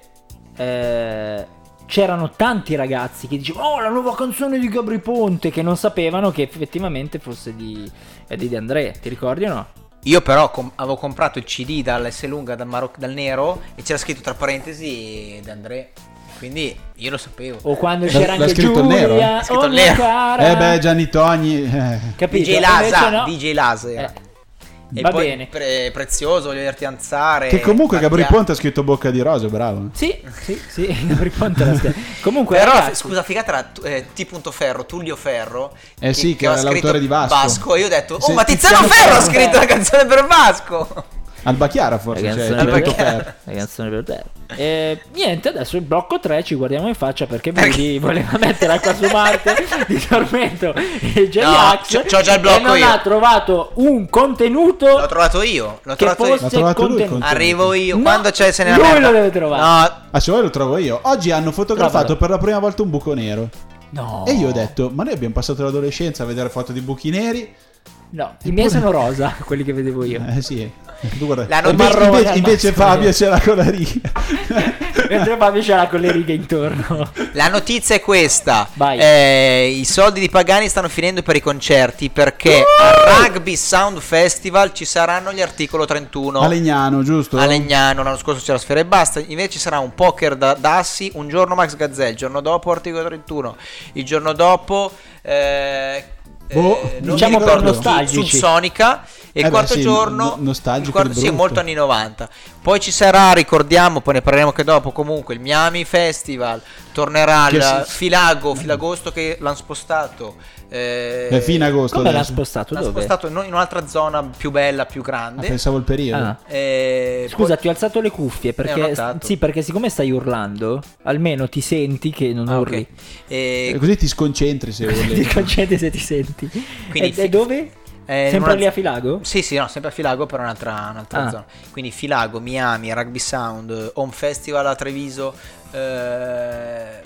[SPEAKER 11] eh, c'erano tanti ragazzi che dicevano: Oh, la nuova canzone di Gabri Ponte! Che non sapevano che effettivamente fosse di, è di De André. Ti ricordi o no?
[SPEAKER 12] Io però com- avevo comprato il CD dall'S lunga, dal, Maroc- dal nero, e c'era scritto tra parentesi D'André. Quindi io lo sapevo.
[SPEAKER 11] O quando
[SPEAKER 13] L'ha-
[SPEAKER 11] c'era
[SPEAKER 13] l'ha
[SPEAKER 11] anche
[SPEAKER 13] scritto il
[SPEAKER 11] Giulia,
[SPEAKER 13] nero, eh?
[SPEAKER 11] oh,
[SPEAKER 12] Scritto il
[SPEAKER 11] mia
[SPEAKER 12] nero.
[SPEAKER 11] cara.
[SPEAKER 13] Eh beh, Gianni Togni. eh.
[SPEAKER 11] Capito?
[SPEAKER 12] DJ Lasa,
[SPEAKER 11] Invece no. Eh,
[SPEAKER 12] DJ Lasa era. E
[SPEAKER 11] Va
[SPEAKER 12] poi
[SPEAKER 11] bene.
[SPEAKER 12] pre- prezioso, voglio dirti anzare.
[SPEAKER 13] Che comunque Gabri
[SPEAKER 12] Pacchia-
[SPEAKER 13] Ponte ha scritto Bocca di Rosa, bravo.
[SPEAKER 11] Sì, sì, sì, Gabri Ponte la scherza. Comunque,
[SPEAKER 12] Però,
[SPEAKER 11] ragazzi,
[SPEAKER 12] f- scusa, figata era tu- eh, T. Ferro, Tullio Ferro.
[SPEAKER 13] Eh sì, che
[SPEAKER 12] ha
[SPEAKER 13] era l'autore
[SPEAKER 12] scritto
[SPEAKER 13] di Vasco.
[SPEAKER 12] e io ho detto, oh,
[SPEAKER 13] Sì,
[SPEAKER 12] ma Tiziano,
[SPEAKER 13] Tiziano
[SPEAKER 12] Ferro ha
[SPEAKER 13] Ferro.
[SPEAKER 12] scritto la canzone per Vasco.
[SPEAKER 13] Albachiara forse, cioè,
[SPEAKER 11] canzone
[SPEAKER 13] Albachiara.
[SPEAKER 11] per terra. La canzone per terra. Eh, niente, adesso il blocco 3 ci guardiamo in faccia perché Budi voleva mettere acqua su Marte di tormento e Jerry
[SPEAKER 12] No,
[SPEAKER 11] Axe
[SPEAKER 12] c'ho- c'ho già il blocco
[SPEAKER 11] e non
[SPEAKER 12] io.
[SPEAKER 11] ha trovato un contenuto
[SPEAKER 12] L'ho trovato io. L'ho
[SPEAKER 11] che
[SPEAKER 12] trovato io.
[SPEAKER 11] fosse contenuto.
[SPEAKER 12] Arrivo io.
[SPEAKER 11] No,
[SPEAKER 12] Quando c'è se ne
[SPEAKER 11] lui
[SPEAKER 12] lamenta.
[SPEAKER 11] lo deve trovare.
[SPEAKER 12] No,
[SPEAKER 13] Ah, se vuoi lo trovo io. Oggi hanno fotografato
[SPEAKER 11] Trovalo.
[SPEAKER 13] per la prima volta un buco nero.
[SPEAKER 11] No.
[SPEAKER 13] E io ho
[SPEAKER 12] Oh.
[SPEAKER 13] detto, ma noi abbiamo passato l'adolescenza a vedere foto di buchi neri.
[SPEAKER 11] No, i miei sono rosa, quelli che vedevo io.
[SPEAKER 13] Eh sì. Tu guarda-
[SPEAKER 11] L'hanno
[SPEAKER 13] Invece,
[SPEAKER 11] marrone
[SPEAKER 13] invece-
[SPEAKER 11] al
[SPEAKER 13] invece
[SPEAKER 11] massimo.
[SPEAKER 13] Fabio c'era con la riga.
[SPEAKER 11] Mentre Fabio c'era con le righe intorno.
[SPEAKER 12] la notizia è questa. Eh, I soldi di Pagani stanno finendo per i concerti perché al Rugby Sound Festival ci saranno gli articolo 31.
[SPEAKER 13] A Legnano, giusto?
[SPEAKER 12] A Legnano l'anno scorso c'era Sfera e Basta, invece ci sarà un poker da Dassi, un giorno Max Gazzè, il giorno dopo Articolo 31, il giorno dopo eh,
[SPEAKER 13] Boh,
[SPEAKER 12] non
[SPEAKER 13] diciamo
[SPEAKER 12] mi
[SPEAKER 13] per
[SPEAKER 12] ricordo chi,
[SPEAKER 13] nostalgici.
[SPEAKER 12] Subsonica
[SPEAKER 13] Eh
[SPEAKER 12] e il
[SPEAKER 13] beh,
[SPEAKER 12] quarto
[SPEAKER 13] sì, no-
[SPEAKER 12] giorno
[SPEAKER 13] nostalgico
[SPEAKER 12] il quarto,
[SPEAKER 13] di
[SPEAKER 12] sì,
[SPEAKER 13] brutto.
[SPEAKER 12] molto anni 90. Poi ci sarà, ricordiamo, poi ne parleremo anche dopo, comunque il Miami Festival, tornerà
[SPEAKER 13] Che
[SPEAKER 12] il
[SPEAKER 13] si-
[SPEAKER 12] Filago, Filagosto che l'hanno spostato. Eh,
[SPEAKER 13] È fine agosto Come adesso. l'ha spostato?
[SPEAKER 12] L'hanno
[SPEAKER 13] Dove?
[SPEAKER 12] spostato in in un'altra zona più bella, più
[SPEAKER 13] Ah,
[SPEAKER 12] grande.
[SPEAKER 13] pensavo il periodo.
[SPEAKER 11] Ah.
[SPEAKER 12] Eh,
[SPEAKER 11] Scusa, ti ho alzato le cuffie
[SPEAKER 12] Eh, ho
[SPEAKER 11] perché,
[SPEAKER 12] notato.
[SPEAKER 11] sì, perché siccome stai urlando, almeno ti senti che non
[SPEAKER 12] Ah,
[SPEAKER 11] urli.
[SPEAKER 12] Eh,
[SPEAKER 13] E Ah, Eh, Così ti sconcentri se
[SPEAKER 11] Ti
[SPEAKER 13] volevi.
[SPEAKER 11] concedi se ti senti.
[SPEAKER 12] Quindi
[SPEAKER 11] e,
[SPEAKER 12] fi-
[SPEAKER 11] e dove?
[SPEAKER 12] Eh,
[SPEAKER 11] Sempre
[SPEAKER 12] una-
[SPEAKER 11] lì a Filago?
[SPEAKER 12] Sì, sì, no, sempre a Filago, però un'altra, un'altra
[SPEAKER 11] Ah.
[SPEAKER 12] zona. Quindi Filago, Miami, Rugby Sound, eh, Home Festival a Treviso, eh,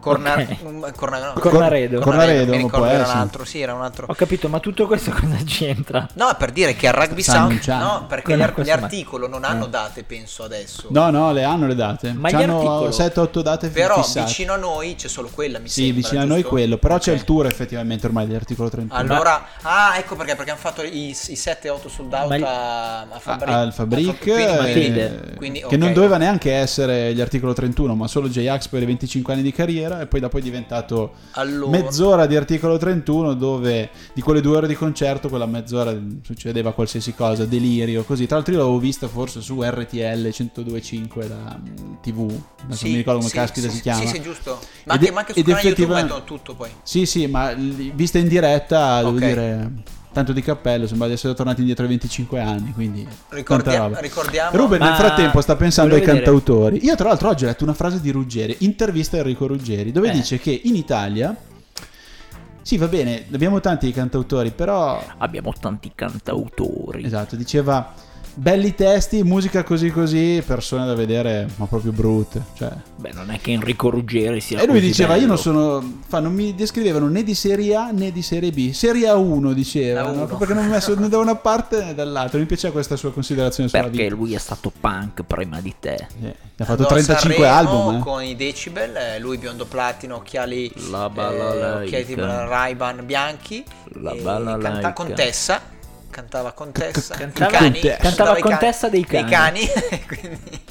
[SPEAKER 12] Corna-
[SPEAKER 11] Ok.
[SPEAKER 12] um, Corna- no,
[SPEAKER 11] Cor- Cornaredo.
[SPEAKER 12] mi
[SPEAKER 13] Cornaredo,
[SPEAKER 12] ricordo,
[SPEAKER 13] può
[SPEAKER 12] era un
[SPEAKER 13] essere.
[SPEAKER 12] altro, sì, era un altro.
[SPEAKER 11] Ho capito, ma tutto questo cosa c'entra?
[SPEAKER 12] No, per dire che al Rugby
[SPEAKER 13] Sta
[SPEAKER 12] Sound,
[SPEAKER 13] annunciando.
[SPEAKER 12] no, perché
[SPEAKER 13] Quello
[SPEAKER 12] gli,
[SPEAKER 13] è
[SPEAKER 12] ar-
[SPEAKER 13] questo,
[SPEAKER 12] gli
[SPEAKER 13] ma-
[SPEAKER 12] articolo non hanno date, penso adesso.
[SPEAKER 13] Eh. No, no, le hanno le date.
[SPEAKER 12] Ma gli
[SPEAKER 13] hanno
[SPEAKER 12] articolo-
[SPEAKER 13] 7-8 date fi-
[SPEAKER 12] Però
[SPEAKER 13] fissate.
[SPEAKER 12] vicino a noi c'è solo quella, mi
[SPEAKER 13] Sì,
[SPEAKER 12] sembra.
[SPEAKER 13] vicino a noi
[SPEAKER 12] giusto?
[SPEAKER 13] quello. Però c'è
[SPEAKER 12] Ok.
[SPEAKER 13] il tour effettivamente ormai dell'articolo 31.
[SPEAKER 12] Allora, ah, ecco perché, perché hanno fatto i, i 7-8 soldato
[SPEAKER 13] Ma il-
[SPEAKER 12] a, a Fabric.
[SPEAKER 13] al Fabric,
[SPEAKER 12] Quindi-
[SPEAKER 13] eh,
[SPEAKER 12] quindi- quindi,
[SPEAKER 13] che non
[SPEAKER 12] ok.
[SPEAKER 13] doveva neanche essere gli articolo 31, ma solo J-Ax per i 25 anni di carriera e poi dopo è diventato
[SPEAKER 12] Allora.
[SPEAKER 13] mezz'ora di articolo 31 dove di quelle due ore di concerto quella mezz'ora succedeva qualsiasi cosa, delirio, così. Tra l'altro io l'avevo vista forse su RTL 102.5 la mm, TV, adesso
[SPEAKER 12] Sì,
[SPEAKER 13] non mi ricordo come
[SPEAKER 12] sì,
[SPEAKER 13] caspita
[SPEAKER 12] sì,
[SPEAKER 13] si chiama.
[SPEAKER 12] Sì, sì, giusto. Ma
[SPEAKER 13] Ed-
[SPEAKER 12] anche, ma anche su
[SPEAKER 13] ed
[SPEAKER 12] canale
[SPEAKER 13] effettiva-
[SPEAKER 12] YouTube mettono tutto poi.
[SPEAKER 13] Sì, sì, ma l- vista in diretta, devo
[SPEAKER 12] Ok.
[SPEAKER 13] dire, tanto di cappello, sembra di essere tornati indietro ai 25 anni, quindi
[SPEAKER 12] Ricordia-
[SPEAKER 13] tanta roba.
[SPEAKER 12] ricordiamo-
[SPEAKER 13] Ruben
[SPEAKER 12] Ma-
[SPEAKER 13] nel frattempo sta pensando ai
[SPEAKER 12] volevo vedere-
[SPEAKER 13] cantautori. Io tra l'altro oggi ho letto una frase di Ruggeri, intervista a Enrico Ruggeri, dove
[SPEAKER 11] Eh.
[SPEAKER 13] dice che in Italia sì, va bene, abbiamo tanti cantautori, però
[SPEAKER 11] abbiamo tanti cantautori.
[SPEAKER 13] Esatto, diceva belli testi, musica così così, persone da vedere, ma proprio brutte, cioè
[SPEAKER 11] Beh, non è che Enrico Ruggeri sia
[SPEAKER 13] e lui
[SPEAKER 11] così
[SPEAKER 13] diceva: Io
[SPEAKER 11] bello.
[SPEAKER 13] non sono. Fa, non mi descrivevano né di serie A né di serie B. Serie A1 diceva, no? perché non mi messo né da una parte né dall'altra. Mi piaceva questa sua considerazione sulla
[SPEAKER 11] Perché
[SPEAKER 13] vita. Eh,
[SPEAKER 11] lui è stato punk prima di te.
[SPEAKER 13] Ha fatto 35
[SPEAKER 12] Sanremo
[SPEAKER 13] album. eh.
[SPEAKER 12] con i decibel, eh, lui biondo platino, occhiali, eh,
[SPEAKER 11] La balla laica.
[SPEAKER 12] occhiali tipo Ray-Ban bianchi,
[SPEAKER 11] La
[SPEAKER 12] e
[SPEAKER 11] balla laica.
[SPEAKER 12] canta contessa, cantava contessa,
[SPEAKER 11] Cantava,
[SPEAKER 12] i cani,
[SPEAKER 11] cantava
[SPEAKER 12] cantava i cani-
[SPEAKER 11] Contessa dei
[SPEAKER 12] dei
[SPEAKER 11] Cani.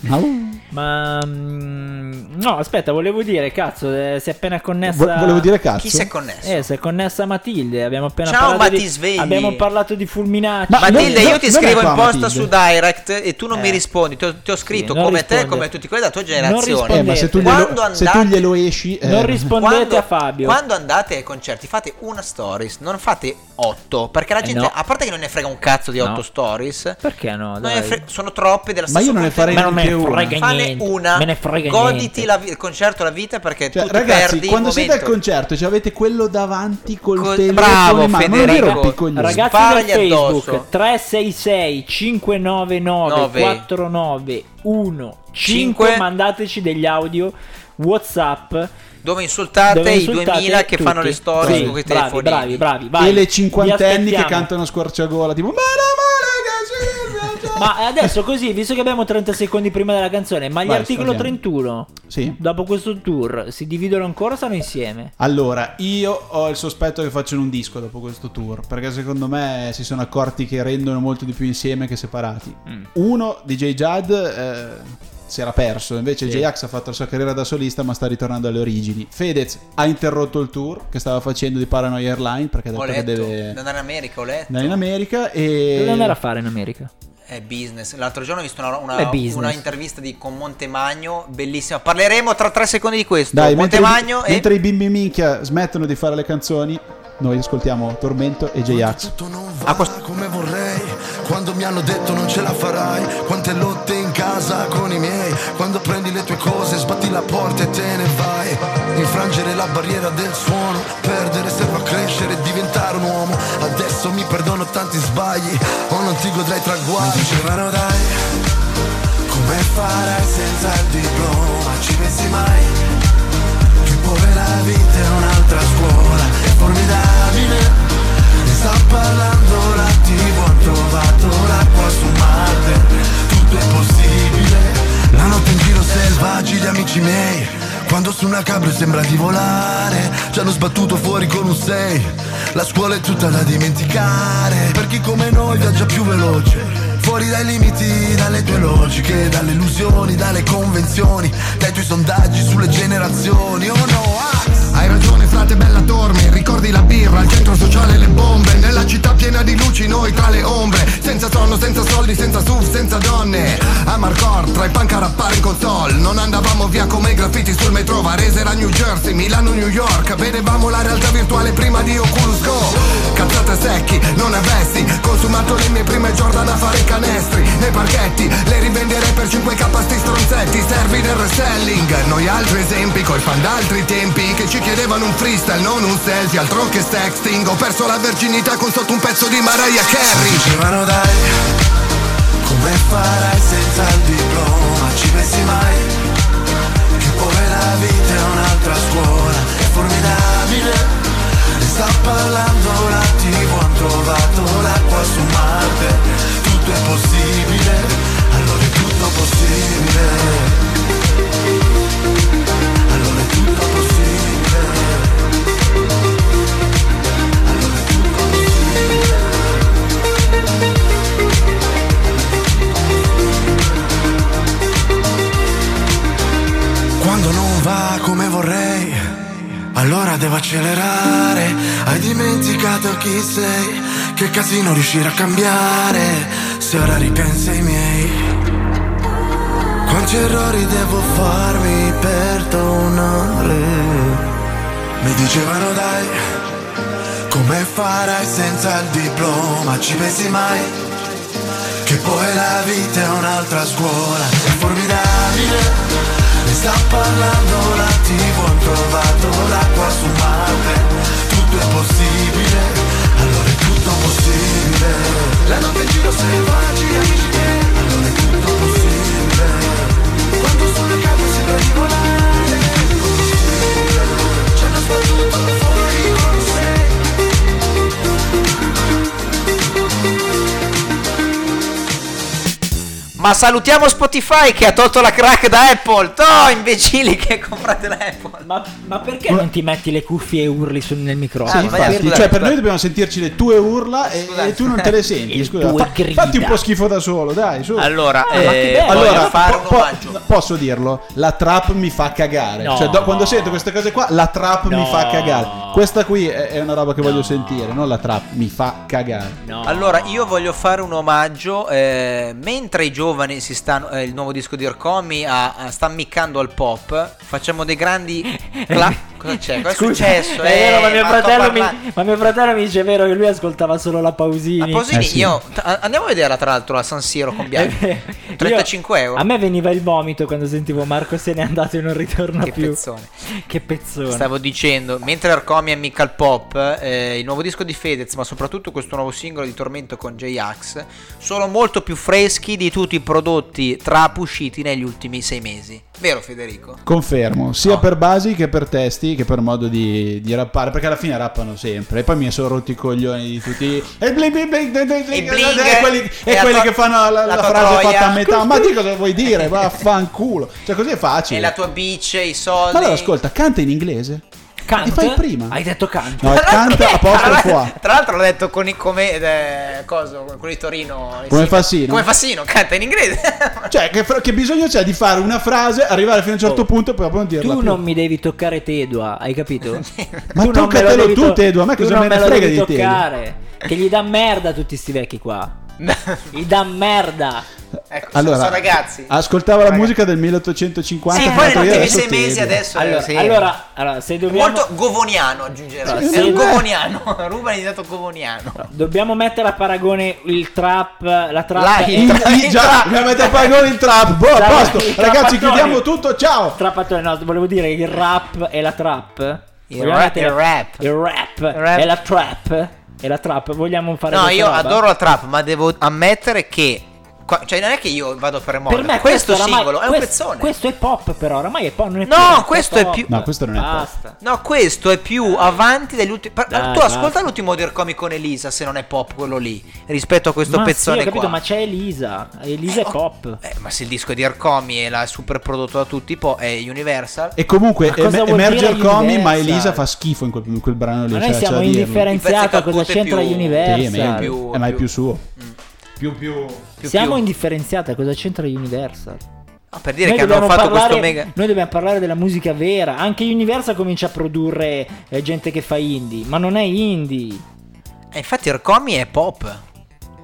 [SPEAKER 12] cani.
[SPEAKER 11] Ma mm, no, aspetta, volevo dire, cazzo, eh, si è appena connessa.
[SPEAKER 13] Vo- volevo dire cazzo? Chi si
[SPEAKER 12] è connessa?
[SPEAKER 11] Eh, si è connessa Matilde. Abbiamo appena
[SPEAKER 12] Ciao,
[SPEAKER 11] parlato.
[SPEAKER 12] Mati,
[SPEAKER 11] di...
[SPEAKER 12] svegli.
[SPEAKER 11] Abbiamo parlato di fulminati.
[SPEAKER 13] Ma
[SPEAKER 12] Matilde, Cioè, io ti scrivo in posta
[SPEAKER 11] Matilde.
[SPEAKER 12] su direct e tu non mi rispondi. Ti ho, ti ho scritto
[SPEAKER 11] Eh. non
[SPEAKER 12] come te,
[SPEAKER 11] risponde.
[SPEAKER 12] come tutti quelli della tua
[SPEAKER 11] rispondete.
[SPEAKER 12] generazione.
[SPEAKER 13] Eh, ma se tu,
[SPEAKER 12] Quando
[SPEAKER 13] glielo, se
[SPEAKER 12] andate-
[SPEAKER 13] tu glielo esci. eh.
[SPEAKER 11] Non rispondete a Fabio.
[SPEAKER 12] Quando andate ai concerti fate una stories, non fate otto, perché la
[SPEAKER 11] Eh,
[SPEAKER 12] gente,
[SPEAKER 11] no.
[SPEAKER 12] a parte che non ne frega un cazzo di
[SPEAKER 11] No.
[SPEAKER 12] otto stories,
[SPEAKER 11] Perché no?
[SPEAKER 12] non
[SPEAKER 11] Dai.
[SPEAKER 12] ne fre- sono troppe della
[SPEAKER 13] Ma
[SPEAKER 12] stessa
[SPEAKER 13] io non ne farei
[SPEAKER 11] Ma non me
[SPEAKER 13] neanche
[SPEAKER 11] ne
[SPEAKER 13] una.
[SPEAKER 11] frega
[SPEAKER 12] Fane
[SPEAKER 11] niente.
[SPEAKER 12] una,
[SPEAKER 11] Me ne frega
[SPEAKER 12] goditi
[SPEAKER 11] niente.
[SPEAKER 12] la vi- il concerto, la vita, perché
[SPEAKER 13] Cioè,
[SPEAKER 12] tu ti
[SPEAKER 13] ragazzi,
[SPEAKER 12] perdi
[SPEAKER 13] quando
[SPEAKER 12] il
[SPEAKER 13] siete al
[SPEAKER 12] momento.
[SPEAKER 13] concerto, cioè, avete quello davanti col
[SPEAKER 12] Co-
[SPEAKER 13] telefono
[SPEAKER 12] bravo,
[SPEAKER 13] in mano. Non vi
[SPEAKER 12] Federico.
[SPEAKER 13] rompi i coglioni.
[SPEAKER 11] Ragazzi
[SPEAKER 12] Sparagli
[SPEAKER 11] del
[SPEAKER 12] addosso.
[SPEAKER 11] Facebook 366 599
[SPEAKER 12] Nove.
[SPEAKER 11] 49
[SPEAKER 12] Cinque.
[SPEAKER 11] mandateci degli audio Whatsapp
[SPEAKER 12] Dove insultate
[SPEAKER 11] dove
[SPEAKER 12] i
[SPEAKER 11] insultate
[SPEAKER 12] 2000 che
[SPEAKER 11] tutti.
[SPEAKER 12] fanno le storie
[SPEAKER 11] Sì,
[SPEAKER 12] con i
[SPEAKER 11] bravi,
[SPEAKER 12] telefoni.
[SPEAKER 11] bravi, bravi, vai.
[SPEAKER 13] e le cinquantenni
[SPEAKER 11] Vi
[SPEAKER 13] che
[SPEAKER 11] aspettiamo.
[SPEAKER 13] cantano squarciagola, tipo, ma no, ma ragazzi,
[SPEAKER 11] Ma eh, adesso così, visto che abbiamo 30 secondi prima della canzone, ma gli
[SPEAKER 13] Vai,
[SPEAKER 11] articolo
[SPEAKER 13] andiamo.
[SPEAKER 11] 31
[SPEAKER 13] Sì.
[SPEAKER 11] dopo questo tour si dividono ancora o stanno insieme?
[SPEAKER 13] Allora, io ho il sospetto che facciano un disco dopo questo tour, perché secondo me si sono accorti che rendono molto di più insieme che separati.
[SPEAKER 12] Mm.
[SPEAKER 13] Uno, DJ Judd eh, si era perso, invece
[SPEAKER 11] Sì.
[SPEAKER 13] J-Ax ha fatto la sua carriera da solista ma sta ritornando alle origini. Fedez ha interrotto il tour che stava facendo di Paranoia Airline perché,
[SPEAKER 12] Ho
[SPEAKER 13] perché
[SPEAKER 12] letto,
[SPEAKER 13] deve
[SPEAKER 12] da andare in America, ho letto.
[SPEAKER 13] andare in America e...
[SPEAKER 11] Dove andare a fare in America?
[SPEAKER 12] È business. L'altro giorno ho visto una, una-
[SPEAKER 11] È business.
[SPEAKER 12] una intervista di, con Montemagno, bellissima. Parleremo tra tre secondi di questo.
[SPEAKER 13] Dai, mentre,
[SPEAKER 12] Montemagno e
[SPEAKER 13] mentre i bimbi minchia smettono di fare le canzoni, noi ascoltiamo Tormento e J-Ax.
[SPEAKER 16] va come vorrei Quando mi hanno detto non ce la farai Quante lotte in casa con i miei Quando prendi le tue cose sbatti la porta e te ne vai Infrangere la barriera del suono Perdere serve a crescere e diventare un uomo Adesso mi perdono tanti sbagli O non ti godrai i traguardi Mi dicevano dai Come farai senza il diploma Ci pensi mai Che povera vita è un'altra scuola È formidabile ne sta parlando la TV, ho trovato l'acqua su Marte, tutto è possibile. La notte in giro selvaggi gli amici miei, quando su una cabrio sembra di volare, ci hanno sbattuto fuori con un 6, la scuola è tutta da dimenticare, per chi come noi viaggia più veloce. Fuori dai limiti, dalle tue logiche, dalle illusioni, dalle convenzioni, dai tuoi sondaggi sulle generazioni, oh no, ah!
[SPEAKER 17] Hai ragione frate bella dormi, ricordi la birra, al centro sociale le bombe, nella città piena di luci noi tra le ombre, senza sonno, senza soldi, senza SUV, senza donne. A Marcor, tra i punk a rappare in console, non andavamo via come i graffiti sul metro, Varese era New Jersey, Milano New York, vedevamo la realtà virtuale prima di Oculus Go. Cazzate secchi, non ne vesti, consumato le mie prime Jordan a fare i canestri, nei parchetti, le rivenderei per 5k sti stronzetti, servi del reselling, noi altri esempi coi fan d'altri tempi che ci chiedevano un freestyle, non un selfie, altro che sexting, ho perso la verginità con sotto un pezzo di Mariah Carey.
[SPEAKER 16] Dicevano dai, come farai senza il diploma? Ci pensi mai? Che povera vita è un'altra scuola, è formidabile. Ne sta parlando la TV, hanno trovato l'acqua su Marte. Tutto è possibile, allora è tutto possibile. Allora è tutto possibile. Allora è tutto possibile.
[SPEAKER 17] Quando
[SPEAKER 16] non va come vorrei, allora devo accelerare. Hai dimenticato chi sei, che casino riuscire a cambiare. Se ora ripenso ai miei, quanti errori devo farmi perdonare? Mi dicevano dai, come farai senza il diploma? Ci pensi mai? Che poi la vita è un'altra scuola, è formidabile. Ne sta parlando la TV, ho trovato l'acqua su Marte Tutto è possibile, allora è tutto possibile La notte in giro selvaggi, amici miei Allora è tutto possibile Quando sono in campo sembra di volare Ci hanno sbattuto fuori con
[SPEAKER 12] Ma Ma salutiamo Spotify che ha tolto la crack da Apple. No, imbecilli che comprate la Apple.
[SPEAKER 11] Ma, perché non ti metti le cuffie e urli su- nel
[SPEAKER 13] Sì,
[SPEAKER 12] Ah,
[SPEAKER 11] microfono?
[SPEAKER 13] infatti, cioè, per noi dobbiamo sentirci le tue urla e, e tu non te le senti.
[SPEAKER 11] Le
[SPEAKER 13] Scusa,
[SPEAKER 11] tue
[SPEAKER 13] Fa-
[SPEAKER 11] grida.
[SPEAKER 13] fatti un po' schifo da solo, dai. Su.
[SPEAKER 12] Allora,
[SPEAKER 13] Ah, ma che
[SPEAKER 12] eh,
[SPEAKER 13] bello.
[SPEAKER 12] voglio
[SPEAKER 13] Allora,
[SPEAKER 12] fare
[SPEAKER 13] po-
[SPEAKER 12] un
[SPEAKER 13] po-
[SPEAKER 12] omaggio.
[SPEAKER 13] posso dirlo? La trap mi fa cagare.
[SPEAKER 12] No.
[SPEAKER 13] Cioè, do- quando sento queste cose qua, la trap mi
[SPEAKER 12] No.
[SPEAKER 13] fa cagare. Questa qui è, è una roba che voglio sentire, non la trap mi fa cagare.
[SPEAKER 12] Allora, io voglio fare un omaggio. eh, mentre i giovani si stanno. eh, il nuovo disco di Orcomi a- a- sta ammiccando al pop. Facciamo dei grandi. cla- cosa c'è? Cosa è
[SPEAKER 11] Scusa,
[SPEAKER 12] successo?
[SPEAKER 11] è vero,
[SPEAKER 12] Eh,
[SPEAKER 11] ma, mio
[SPEAKER 12] ma sto
[SPEAKER 11] fratello mi,
[SPEAKER 12] parlando-
[SPEAKER 11] ma mio fratello mi dice è vero che lui ascoltava solo la Pausini.
[SPEAKER 12] Ma Pausini,
[SPEAKER 13] Eh,
[SPEAKER 12] io. t- a- andiamo a vederla, tra l'altro, la San Siro con Bianchi. 35 euro.
[SPEAKER 11] A me veniva il vomito quando sentivo Marco se n'è andato e non ritorna
[SPEAKER 12] Che
[SPEAKER 11] più.
[SPEAKER 12] pezzone.
[SPEAKER 11] Che pezzone.
[SPEAKER 12] Stavo dicendo, mentre Arcomi ammicca al pop, eh, il nuovo disco di Fedez, ma soprattutto questo nuovo singolo di Tormento con J-Ax, sono molto più freschi di tutti i prodotti trap usciti negli ultimi sei mesi. Vero Federico?
[SPEAKER 13] Confermo, sia per basi che per testi che per modo di, di rappare, perché alla fine rappano sempre. E poi mi sono rotti i coglioni di tutti. E bling bling bling bling bling bling,
[SPEAKER 12] bling, eh.
[SPEAKER 13] e quelli,
[SPEAKER 12] e
[SPEAKER 13] e
[SPEAKER 12] la
[SPEAKER 13] quelli
[SPEAKER 12] tua-
[SPEAKER 13] che fanno la,
[SPEAKER 12] la
[SPEAKER 13] la
[SPEAKER 12] tua
[SPEAKER 13] frase
[SPEAKER 12] troia.
[SPEAKER 13] fatta a metà. Ma di cosa vuoi dire? Vaffanculo. Cioè, così è
[SPEAKER 12] E
[SPEAKER 13] facile.
[SPEAKER 12] la tua bitch, i soldi.
[SPEAKER 13] Ma allora ascolta, canta in inglese.
[SPEAKER 11] Canta?
[SPEAKER 13] E fai prima.
[SPEAKER 11] Hai detto canta.
[SPEAKER 13] No, canta apostrofo
[SPEAKER 12] Tra,
[SPEAKER 13] a.
[SPEAKER 12] tra l'altro l'ho detto con i come eh, cosa, quello di Torino.
[SPEAKER 13] Come
[SPEAKER 12] sì.
[SPEAKER 13] Fassino?
[SPEAKER 12] Come Fassino, canta in inglese.
[SPEAKER 13] Cioè, che, fra- che bisogno c'è di fare una frase, arrivare fino a un certo punto e poi non dirla
[SPEAKER 11] Oh. Tu
[SPEAKER 13] più.
[SPEAKER 11] non mi devi toccare Tedua, hai capito?
[SPEAKER 13] Ma
[SPEAKER 11] non me lo
[SPEAKER 13] toccatelo
[SPEAKER 11] devi
[SPEAKER 13] tu, Tedua, a me
[SPEAKER 11] tu
[SPEAKER 13] cosa
[SPEAKER 11] non
[SPEAKER 13] me ne
[SPEAKER 11] lo
[SPEAKER 13] frega
[SPEAKER 11] devi
[SPEAKER 13] di Tedua.
[SPEAKER 11] toccare. Che gli dà merda a tutti sti vecchi qua. gli dà merda.
[SPEAKER 12] Ecco,
[SPEAKER 13] Allora, ascoltava la musica del 1850.
[SPEAKER 11] Sì,
[SPEAKER 13] che
[SPEAKER 11] poi
[SPEAKER 13] ha fatto
[SPEAKER 12] negli
[SPEAKER 13] io
[SPEAKER 12] ultimi
[SPEAKER 13] adesso
[SPEAKER 12] sei mesi
[SPEAKER 13] Tedua.
[SPEAKER 12] adesso-
[SPEAKER 11] Allora,
[SPEAKER 12] Cioè, sì.
[SPEAKER 11] allora, Eh. allora, se dobbiamo,
[SPEAKER 12] Molto govoniano aggiungerò.
[SPEAKER 11] Sì,
[SPEAKER 12] Sei un
[SPEAKER 11] sì, beh.
[SPEAKER 12] govoniano. Ruben è diventato govoniano.
[SPEAKER 11] dobbiamo mettere a paragone il trap, la trap
[SPEAKER 12] La-
[SPEAKER 11] e-
[SPEAKER 13] I- i- già, mi avete pagato il trap. Boh, a
[SPEAKER 11] Tra-
[SPEAKER 13] posto.
[SPEAKER 11] i
[SPEAKER 13] Ragazzi,
[SPEAKER 11] trappatori.
[SPEAKER 13] chiudiamo tutto. Ciao.
[SPEAKER 11] Trappatori, no, volevo dire il rap e la trap.
[SPEAKER 12] Il
[SPEAKER 11] Vogliamo
[SPEAKER 12] ra-
[SPEAKER 11] mettere-
[SPEAKER 12] il rap.
[SPEAKER 11] Il rap.
[SPEAKER 12] rap.
[SPEAKER 11] E la trap. E la trap. Vogliamo fare
[SPEAKER 12] No,
[SPEAKER 11] questa
[SPEAKER 12] io
[SPEAKER 11] roba?
[SPEAKER 12] adoro la trap, ma devo ammettere che. qua- cioè, non è che io vado per moda.
[SPEAKER 11] Per me
[SPEAKER 12] questo,
[SPEAKER 11] questo, oramai-
[SPEAKER 12] singolo è un
[SPEAKER 11] questo-
[SPEAKER 12] pezzone.
[SPEAKER 11] Questo è pop, però oramai è pop. Non è
[SPEAKER 12] No,
[SPEAKER 11] più una
[SPEAKER 12] questo
[SPEAKER 11] cosa
[SPEAKER 12] è più-
[SPEAKER 11] pop.
[SPEAKER 13] No, questo non è pop.
[SPEAKER 11] Basta.
[SPEAKER 12] No, questo è più avanti degli ultimi. par-
[SPEAKER 11] Dai,
[SPEAKER 12] tu ascolta
[SPEAKER 11] basta.
[SPEAKER 12] l'ultimo Orcomi con Elisa, se non è pop quello lì, rispetto a questo
[SPEAKER 11] ma sì, ho
[SPEAKER 12] pezzone
[SPEAKER 11] capito,
[SPEAKER 12] qua.
[SPEAKER 11] ma c'è Elisa. Elisa è pop.
[SPEAKER 12] Eh, ma se il disco di Arcomi è la super prodotto da tutti, poi è Universal.
[SPEAKER 13] E comunque
[SPEAKER 11] Ma cosa
[SPEAKER 13] em-
[SPEAKER 11] vuol
[SPEAKER 13] emerge
[SPEAKER 11] dire
[SPEAKER 13] il comi, ma
[SPEAKER 11] Universal?
[SPEAKER 13] Elisa fa schifo in quel, in quel brano lì.
[SPEAKER 11] Ma
[SPEAKER 13] cioè,
[SPEAKER 11] noi
[SPEAKER 13] c'è
[SPEAKER 11] siamo
[SPEAKER 13] da dirlo.
[SPEAKER 11] indifferenziati a
[SPEAKER 12] Il pezzo
[SPEAKER 11] cosa
[SPEAKER 12] che ha
[SPEAKER 11] c'entra
[SPEAKER 12] più-
[SPEAKER 13] Sì,
[SPEAKER 11] Universal.
[SPEAKER 13] è meglio.
[SPEAKER 12] Più-
[SPEAKER 13] Eh, ma è più
[SPEAKER 12] più-
[SPEAKER 13] suo.
[SPEAKER 11] Mm.
[SPEAKER 12] Più più.
[SPEAKER 11] Siamo
[SPEAKER 12] più.
[SPEAKER 11] indifferenziati a cosa c'entra Universal.
[SPEAKER 12] No, per dire
[SPEAKER 11] Noi
[SPEAKER 12] che hanno
[SPEAKER 11] dobbiamo
[SPEAKER 12] fatto questo
[SPEAKER 11] parlare-
[SPEAKER 12] mega.
[SPEAKER 11] Noi dobbiamo parlare della musica vera. Anche Universal comincia a produrre eh, gente che fa indie, ma non è indie.
[SPEAKER 12] E eh, infatti Orcomi è pop.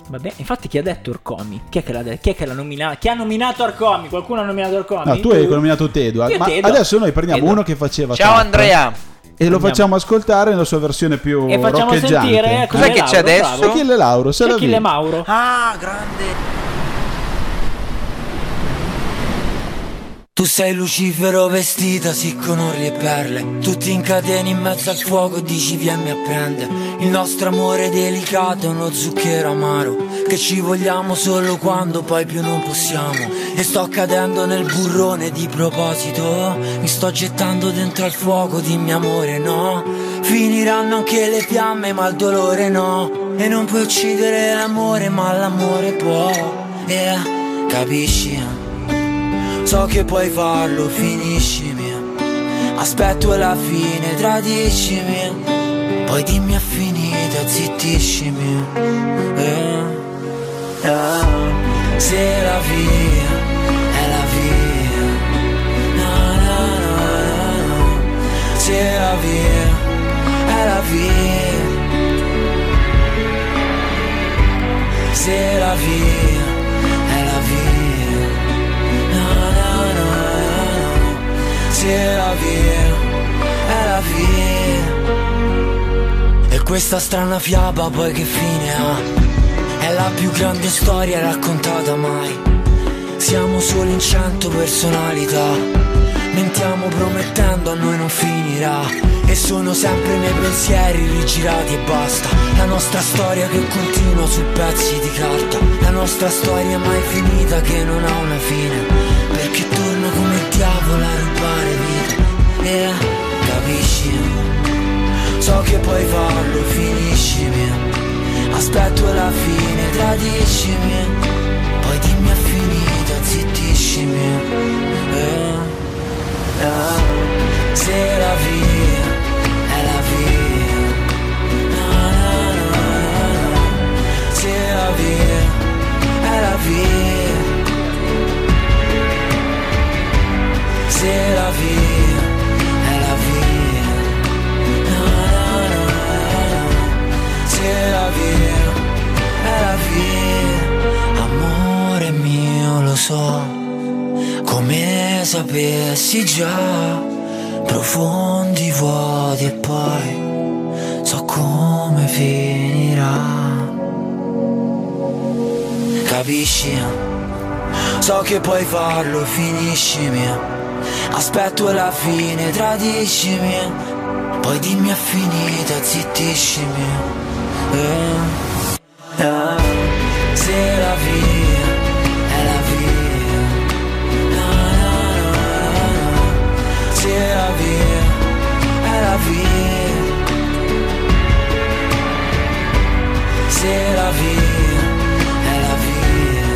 [SPEAKER 11] Vabbè, infatti chi ha detto Orcomi? Chi è che l'ha, de- chi è che l'ha nominato? Chi ha nominato Orcomi? Qualcuno ha nominato Orcomi?
[SPEAKER 13] No, Ah, tu hai nominato Tedua.
[SPEAKER 11] Io
[SPEAKER 13] Ma
[SPEAKER 11] Tedua.
[SPEAKER 13] adesso noi prendiamo
[SPEAKER 11] Tedua.
[SPEAKER 13] uno che faceva.
[SPEAKER 12] Ciao
[SPEAKER 13] trap eh,
[SPEAKER 12] Andrea.
[SPEAKER 13] E lo
[SPEAKER 11] Andiamo.
[SPEAKER 13] facciamo ascoltare nella sua versione più
[SPEAKER 11] E facciamo
[SPEAKER 13] roccheggiante.
[SPEAKER 11] sentire eh,
[SPEAKER 12] Cos'è che c'è adesso?
[SPEAKER 13] Achille Lauro, se la
[SPEAKER 11] Achille
[SPEAKER 13] vedi.
[SPEAKER 11] Mauro.
[SPEAKER 12] Ah, grande.
[SPEAKER 6] Tu sei Lucifero vestita, sì con orli e perle Tu ti incateni in mezzo al fuoco e dici vieni a prendere Il nostro amore delicato è uno zucchero amaro Che ci vogliamo solo quando poi più non possiamo E sto cadendo nel burrone di proposito Mi sto gettando dentro al fuoco, dimmi amore no Finiranno anche le fiamme ma il dolore no E non puoi uccidere l'amore ma l'amore può yeah, Capisci? So che puoi farlo, finiscimi Aspetto la fine, tradiscimi Poi dimmi è finita, zittiscimi eh, eh. Se la via è la via na, na, na, na, na. Se la via è la via Se la via è la via No, no, no, no, no. Se la via, è la via. E questa strana fiaba poi che fine ha? È la più grande storia raccontata mai. Siamo solo in cento personalità. Mentiamo promettendo a noi non finirà. E sono sempre i miei pensieri rigirati e basta. La nostra storia che continua su pezzi di carta. La nostra storia mai finita che non ha una fine. Perché torno come il diavolo a rubare vita. E capisci? So che puoi farlo, finiscimi. Aspetto la fine, tradiscimi. Poi dimmi è finita. zittiscimi eh, eh. Se la via è la via na, na, na, na. Se la via è la via Se la via è la via na, na, na, na, na. Se la via è la via Amore mio lo so come sapessi già, profondi vuoti e poi so come finirà. Capisci? So che puoi farlo, finiscimi. Aspetto la fine, tradiscimi. Poi dimmi è finita, zittiscimi. Eh, eh. Se la via è la via. Se la via, è la via. Se la via, è la via.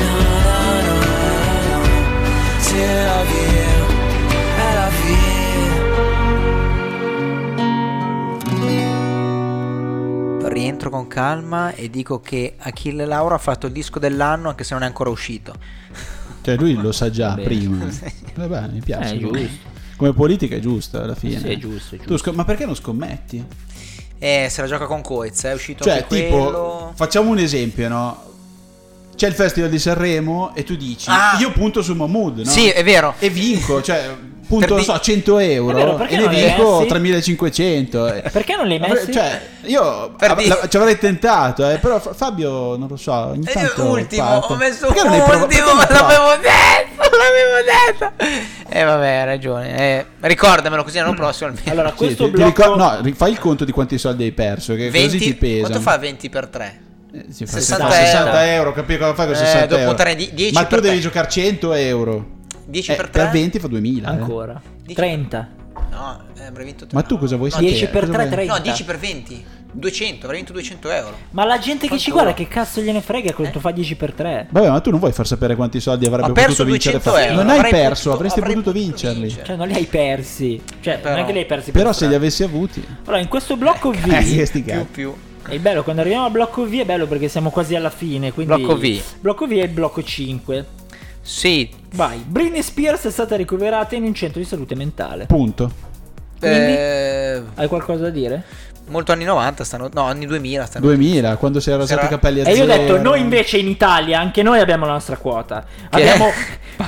[SPEAKER 6] Na, na, na, na, na. Se la via, è la via.
[SPEAKER 12] Rientro con calma e dico che Achille Lauro ha fatto il disco dell'anno anche se non è ancora uscito.
[SPEAKER 13] Cioè lui lo sa già
[SPEAKER 12] Bene.
[SPEAKER 13] prima. Vabbè, mi piace.
[SPEAKER 12] Eh, giusto.
[SPEAKER 13] Come politica è giusta alla fine.
[SPEAKER 12] Sì, è giusto, è
[SPEAKER 13] Tu
[SPEAKER 12] giusto.
[SPEAKER 13] scom- ma perché non scommetti?
[SPEAKER 12] Eh, se la gioca con Coez, è uscito
[SPEAKER 13] Cioè,
[SPEAKER 12] anche
[SPEAKER 13] tipo,
[SPEAKER 12] quello.
[SPEAKER 13] facciamo un esempio, no? C'è il Festival di Sanremo e tu dici, io punto su Mahmood, no?
[SPEAKER 12] Ah! Sì, è vero.
[SPEAKER 13] E vinco, cioè, punto,
[SPEAKER 12] Per
[SPEAKER 13] non
[SPEAKER 12] di-
[SPEAKER 13] so, 100 euro
[SPEAKER 11] È vero, perché
[SPEAKER 13] e ne
[SPEAKER 11] non li hai
[SPEAKER 13] vinco
[SPEAKER 11] messi?
[SPEAKER 13] 3500. eh.
[SPEAKER 11] Perché non li hai
[SPEAKER 13] Vabbè,
[SPEAKER 11] messi?
[SPEAKER 13] Cioè, io
[SPEAKER 11] Per
[SPEAKER 13] av-
[SPEAKER 11] di-
[SPEAKER 13] la- ci avrei tentato, eh, però Fa- Fabio, non lo so, ogni tanto
[SPEAKER 12] Eh, ultimo,
[SPEAKER 13] parte.
[SPEAKER 12] ho messo
[SPEAKER 13] Perché non hai
[SPEAKER 12] ultimo,
[SPEAKER 13] provato- perché non hai provato?
[SPEAKER 12] l'avevo detto, l'avevo detto. Eh vabbè, hai ragione. Eh, ricordamelo così
[SPEAKER 13] Mm.
[SPEAKER 12] l'anno prossimo almeno. Allora,
[SPEAKER 13] Sì, ti- ti ricor- no, ri- fai il conto di quanti soldi hai perso, che Eh, così ti pesa.
[SPEAKER 12] quanto fa 20 per 3?
[SPEAKER 13] Sì, fa 60, 60 euro, capi cosa fai con 60
[SPEAKER 12] dopo
[SPEAKER 13] euro?
[SPEAKER 12] tre di- 10
[SPEAKER 13] Ma tu
[SPEAKER 12] per
[SPEAKER 13] devi
[SPEAKER 12] te.
[SPEAKER 13] giocare 100 euro.
[SPEAKER 12] 10
[SPEAKER 13] Eh,
[SPEAKER 12] per 3?
[SPEAKER 13] 20 fa 2000. eh.
[SPEAKER 11] Ancora. 30.
[SPEAKER 12] No, eh, avrei vinto
[SPEAKER 13] Ma tu cosa vuoi
[SPEAKER 12] no,
[SPEAKER 13] sapere?
[SPEAKER 11] 10 per
[SPEAKER 13] Cosa
[SPEAKER 11] tre,
[SPEAKER 13] vuoi-
[SPEAKER 11] tre.
[SPEAKER 12] No, 10 per 20. 200, avrei vinto 200 euro.
[SPEAKER 11] Ma la gente che ci guarda, che cazzo gliene frega
[SPEAKER 12] Eh.
[SPEAKER 11] quanto fa 10 per 3?
[SPEAKER 13] Vabbè, ma tu non vuoi far sapere quanti soldi avrebbe
[SPEAKER 11] Ho perso
[SPEAKER 13] potuto vincere
[SPEAKER 11] 200
[SPEAKER 13] Fabio.
[SPEAKER 11] euro,
[SPEAKER 13] Non hai
[SPEAKER 11] avrei
[SPEAKER 13] perso,
[SPEAKER 11] potuto-
[SPEAKER 13] avresti
[SPEAKER 11] avrei
[SPEAKER 13] potuto vincerli.
[SPEAKER 11] Cioè, non li hai persi. Cioè, non è che li hai persi per
[SPEAKER 13] Però se
[SPEAKER 11] strada.
[SPEAKER 13] li avessi avuti.
[SPEAKER 11] Allora, in questo blocco V.
[SPEAKER 13] Eh, sì, sti cazzi.
[SPEAKER 11] È bello, quando arriviamo al blocco V è bello perché siamo quasi alla fine. Quindi
[SPEAKER 12] Blocco V.
[SPEAKER 11] Blocco V è il blocco 5.
[SPEAKER 12] Sì.
[SPEAKER 11] Vai. Britney Spears è stata ricoverata in un centro di salute mentale.
[SPEAKER 13] Punto.
[SPEAKER 11] Quindi,
[SPEAKER 12] Eh,
[SPEAKER 11] hai qualcosa da dire?
[SPEAKER 12] molto anni 90 stanno, no, anni 2000 stanno.
[SPEAKER 13] 2000, quando si era usato i capelli a
[SPEAKER 11] E io ho
[SPEAKER 13] zero.
[SPEAKER 11] detto, noi invece in Italia, anche noi abbiamo la nostra quota. abbiamo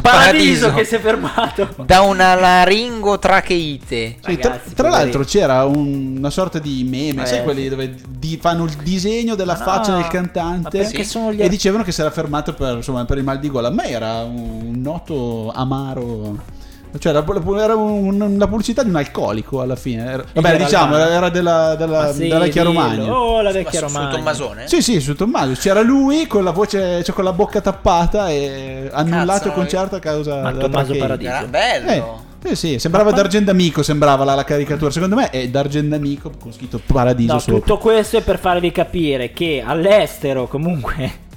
[SPEAKER 11] Paradiso che si è fermato.
[SPEAKER 12] Da una laringo tracheite.
[SPEAKER 13] Sì, tra, tra l'altro c'era un- una sorta di meme,
[SPEAKER 12] Eh,
[SPEAKER 13] sai quelli
[SPEAKER 12] sì.
[SPEAKER 13] dove di- fanno il disegno della
[SPEAKER 11] Ma no,
[SPEAKER 13] faccia del
[SPEAKER 11] ma
[SPEAKER 13] cantante
[SPEAKER 11] perché sono gli
[SPEAKER 13] e
[SPEAKER 11] ar-
[SPEAKER 13] dicevano che si era fermato per, insomma, per il mal di gola, ma era un noto amaro... Cioè, era, era un- la pubblicità di un alcolico alla fine. Era- vabbè,
[SPEAKER 11] era
[SPEAKER 13] diciamo,
[SPEAKER 11] albano.
[SPEAKER 13] era della, della,
[SPEAKER 11] Ma sì,
[SPEAKER 13] della vecchia
[SPEAKER 11] dillo.
[SPEAKER 13] Romagna.
[SPEAKER 11] Oh, la vecchia
[SPEAKER 12] Ma su- su
[SPEAKER 11] Romagna.
[SPEAKER 12] Tommasone?
[SPEAKER 13] Sì, sì, su Tommaso. C'era lui con la voce, cioè con la bocca tappata e annullato il
[SPEAKER 12] non vi-
[SPEAKER 13] concerto a causa
[SPEAKER 11] Ma
[SPEAKER 13] della
[SPEAKER 11] Tommaso
[SPEAKER 13] trachea.
[SPEAKER 11] Paradiso.
[SPEAKER 12] Era bello.
[SPEAKER 13] Eh, eh sì, sembrava D'Argendamico, sembrava la, la caricatura. Secondo me è D'Argendamico con scritto Paradiso
[SPEAKER 11] No,
[SPEAKER 13] sopra.
[SPEAKER 11] tutto questo è per farvi capire che all'estero, comunque,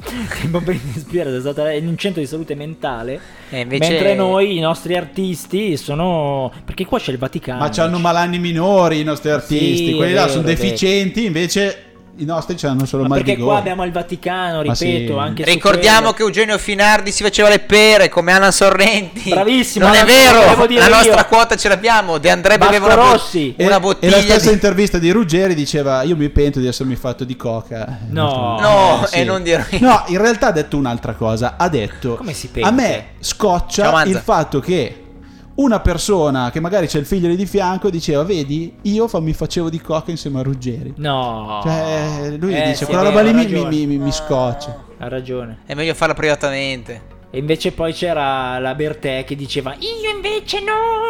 [SPEAKER 11] che Britney Spears è stata in un centro di salute mentale.
[SPEAKER 12] E invece-
[SPEAKER 11] Mentre noi, i nostri artisti, sono. Perché qua c'è il Vaticano.
[SPEAKER 13] Ma hanno malanni minori i nostri artisti,
[SPEAKER 11] Sì, è
[SPEAKER 13] quelli là
[SPEAKER 11] vero,
[SPEAKER 13] sono
[SPEAKER 11] vero.
[SPEAKER 13] deficienti, invece i nostri hanno solo mal
[SPEAKER 11] perché
[SPEAKER 13] di
[SPEAKER 11] qua
[SPEAKER 13] gola.
[SPEAKER 11] abbiamo il Vaticano,
[SPEAKER 13] Ma
[SPEAKER 11] ripeto,
[SPEAKER 13] sì.
[SPEAKER 11] anche su
[SPEAKER 12] Ricordiamo che Eugenio Finardi si faceva le pere come Alan Sorrenti.
[SPEAKER 11] Bravissimo,
[SPEAKER 12] Non è
[SPEAKER 11] Alan,
[SPEAKER 12] vero.
[SPEAKER 11] volevo dire
[SPEAKER 12] La
[SPEAKER 11] io.
[SPEAKER 12] nostra quota ce l'abbiamo. De André
[SPEAKER 11] Vasco
[SPEAKER 12] beveva una, bo-
[SPEAKER 11] Rossi.
[SPEAKER 13] E,
[SPEAKER 12] una
[SPEAKER 13] e
[SPEAKER 12] bottiglia.
[SPEAKER 13] la stessa
[SPEAKER 12] di-
[SPEAKER 13] intervista di Ruggeri diceva: Io mi pento di essermi fatto di coca.
[SPEAKER 11] No.
[SPEAKER 12] No,
[SPEAKER 13] Eh, sì.
[SPEAKER 12] e non di eroina.
[SPEAKER 13] No, in realtà ha detto un'altra cosa. Ha detto:
[SPEAKER 11] Come si pente?
[SPEAKER 13] A me
[SPEAKER 12] Ciao,
[SPEAKER 13] scoccia
[SPEAKER 12] Manza.
[SPEAKER 13] il fatto che una persona che magari c'è il figlio lì di fianco diceva: Vedi, io fa- mi facevo di coca insieme a Ruggeri.
[SPEAKER 11] que- No.
[SPEAKER 13] Cioè, lui
[SPEAKER 11] Eh,
[SPEAKER 13] dice:
[SPEAKER 11] sì,
[SPEAKER 13] Quella
[SPEAKER 11] è
[SPEAKER 13] roba lì
[SPEAKER 11] vero,
[SPEAKER 13] mi,
[SPEAKER 11] ha ragione.
[SPEAKER 13] mi- mi- mi scoccia.
[SPEAKER 11] Ha ragione.
[SPEAKER 12] È meglio farla privatamente.
[SPEAKER 11] E invece poi c'era la Bertè che diceva Io invece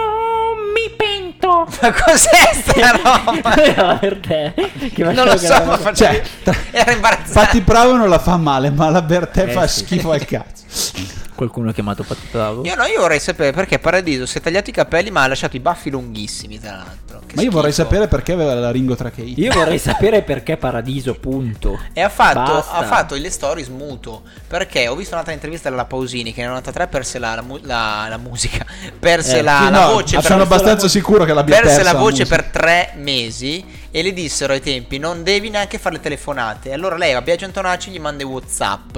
[SPEAKER 11] non mi pento.
[SPEAKER 12] Ma cos'è sta roba?
[SPEAKER 11] Era la Bertè. Che
[SPEAKER 12] Non
[SPEAKER 11] faceva
[SPEAKER 12] lo
[SPEAKER 11] che
[SPEAKER 12] so,
[SPEAKER 11] era-
[SPEAKER 12] ma faceva- Cioè, era imbarazzante.
[SPEAKER 13] Fatti bravo non la fa male, ma la Bertè
[SPEAKER 11] Ah. Eh,
[SPEAKER 13] fa
[SPEAKER 11] sì.
[SPEAKER 13] schifo al cazzo.
[SPEAKER 11] Qualcuno ha chiamato Patitavo.
[SPEAKER 12] Io no, io vorrei sapere perché Paradiso si è tagliato i capelli ma ha lasciato i baffi lunghissimi, tra l'altro.
[SPEAKER 13] Ma io vorrei sapere perché aveva la ringotracheite.
[SPEAKER 11] Io vorrei sapere perché Paradiso, punto.
[SPEAKER 12] E ha fatto,
[SPEAKER 11] Basta.
[SPEAKER 12] ha fatto le stories muto. Perché ho visto un'altra intervista della Pausini che nel 93 perse la, la mu- la- la musica, perse
[SPEAKER 13] Eh,
[SPEAKER 12] la,
[SPEAKER 13] sì,
[SPEAKER 12] la
[SPEAKER 13] no,
[SPEAKER 12] voce.
[SPEAKER 13] ah,
[SPEAKER 12] per-
[SPEAKER 13] sono abbastanza sicuro che l'abbia
[SPEAKER 12] perse
[SPEAKER 13] persa
[SPEAKER 12] la
[SPEAKER 13] la
[SPEAKER 12] voce
[SPEAKER 13] musica.
[SPEAKER 12] per tre mesi. E le dissero ai tempi: non devi neanche fare le telefonate. Allora lei a Biagio Antonacci gli manda i WhatsApp.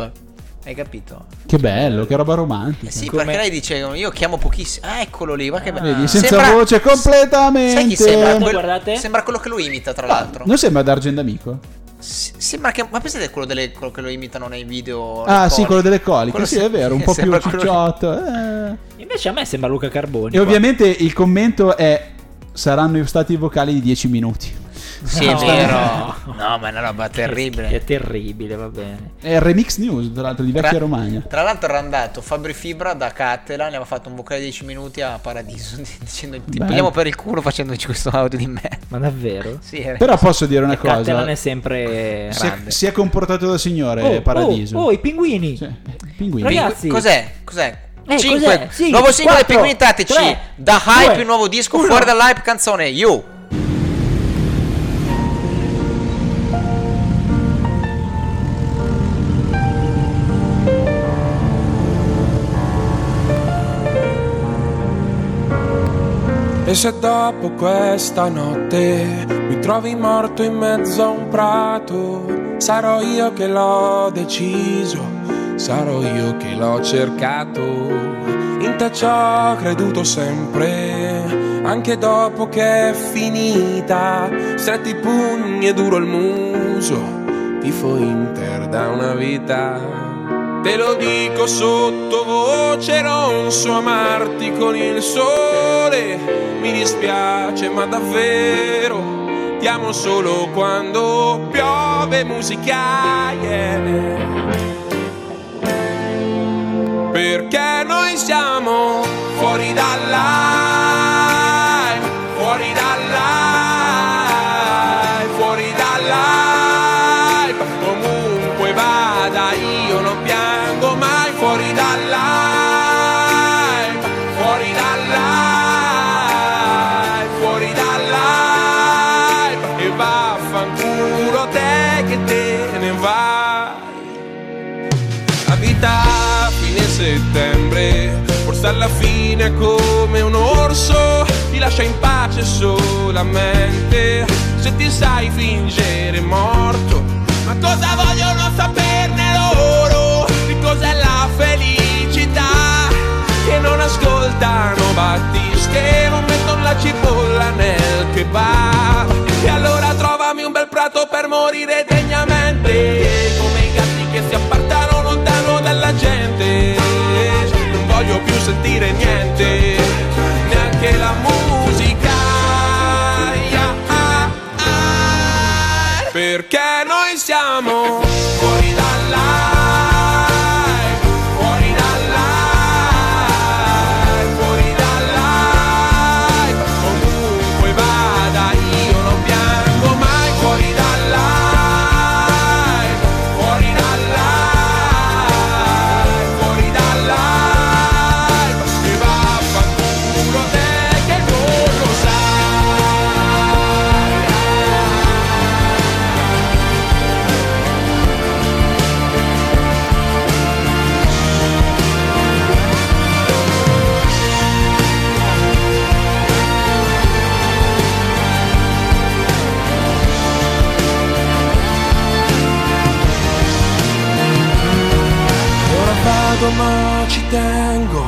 [SPEAKER 12] Hai capito?
[SPEAKER 13] Che bello, che roba romantica.
[SPEAKER 12] Sì, perché lei dice: Io chiamo pochissimo. Ah, eccolo lì. Guarda che bello.
[SPEAKER 13] Vedi, senza
[SPEAKER 12] Sembra-
[SPEAKER 13] voce completamente.
[SPEAKER 12] Sai chi sembra? Quel- Sembra quello che lo imita, tra l'altro.
[SPEAKER 13] Non sembra D'Argent Amico?
[SPEAKER 12] S- sembra che. Ma pensate quello, delle, quello che lo imitano nei video.
[SPEAKER 13] Ah,
[SPEAKER 12] nei
[SPEAKER 13] sì,
[SPEAKER 12] comic.
[SPEAKER 13] quello delle coliche. sì,
[SPEAKER 12] sem-
[SPEAKER 13] è vero, un po' più
[SPEAKER 12] sembra quello-
[SPEAKER 13] cicciotto. eh.
[SPEAKER 11] Invece a me sembra Luca Carboni.
[SPEAKER 13] E
[SPEAKER 11] qua.
[SPEAKER 13] ovviamente il commento è: saranno stati i vocali di 10 minuti.
[SPEAKER 12] Sì, è
[SPEAKER 11] No.
[SPEAKER 12] vero. No, ma è una roba terribile.
[SPEAKER 11] Che, che terribile, va bene.
[SPEAKER 13] È Remix News, tra l'altro, di Vecchia Romagna.
[SPEAKER 12] Tra l'altro era andato Fabri Fibra da Catela, ne aveva fatto un vocale di 10 minuti a Paradiso, dicendo ti
[SPEAKER 13] Bello.
[SPEAKER 12] prendiamo per il culo facendoci questo audio di me.
[SPEAKER 11] Ma davvero?
[SPEAKER 12] Sì, era-
[SPEAKER 13] Però posso dire una cosa.
[SPEAKER 11] Cattelan è sempre
[SPEAKER 13] Si è,
[SPEAKER 11] grande.
[SPEAKER 13] si è comportato da signore
[SPEAKER 11] Oh,
[SPEAKER 13] Paradiso.
[SPEAKER 11] Oh, oh, i pinguini.
[SPEAKER 13] pinguini.
[SPEAKER 11] Ragazzi,
[SPEAKER 12] Cos'è? Cos'è?
[SPEAKER 11] Eh,
[SPEAKER 12] 5
[SPEAKER 11] cos'è? Sì,
[SPEAKER 12] nuovo singolo dei
[SPEAKER 11] quattro,
[SPEAKER 12] Pinguini Tattici
[SPEAKER 11] tre,
[SPEAKER 12] da hype
[SPEAKER 11] due,
[SPEAKER 12] nuovo disco
[SPEAKER 11] uno.
[SPEAKER 12] fuori dall'hype canzone You
[SPEAKER 18] E se dopo questa notte mi trovi morto in mezzo a un prato, sarò io che l'ho deciso, sarò io che l'ho cercato. In te ci ho creduto sempre, anche dopo che è finita, stretti i pugni e duro il muso, tifo Inter da una vita. Te lo dico sottovoce, non so amarti con il sole. Mi dispiace, ma davvero ti amo solo quando piove musichiaie. Perché noi siamo fuori dalla fuori dalla fuori dalla comunque vada io non piango mai fuori dalla fuori dalla fuori dalla e vaffanculo te che te ne vai la vita a fine settembre, forse alla fine è come un orso, ti lascia in pace solamente se ti sai fingere morto. Ma cosa vogliono saperne loro di cos'è la felicità? Che non ascoltano Battisti, non mettono la cipolla nel kebab. E allora trovami un bel prato per morire degnamente, come i gatti che si appartano lontano dalla gente. Non voglio più sentire niente, neanche la musica. Ya, ah, ah. Perché noi siamo fuori dalla fuori dalla fuori dalla comunque vada io non piango mai fuori dalla fuori dalla fuori dalla e vaffanculo te che non lo sai Ora vado ma ci tengo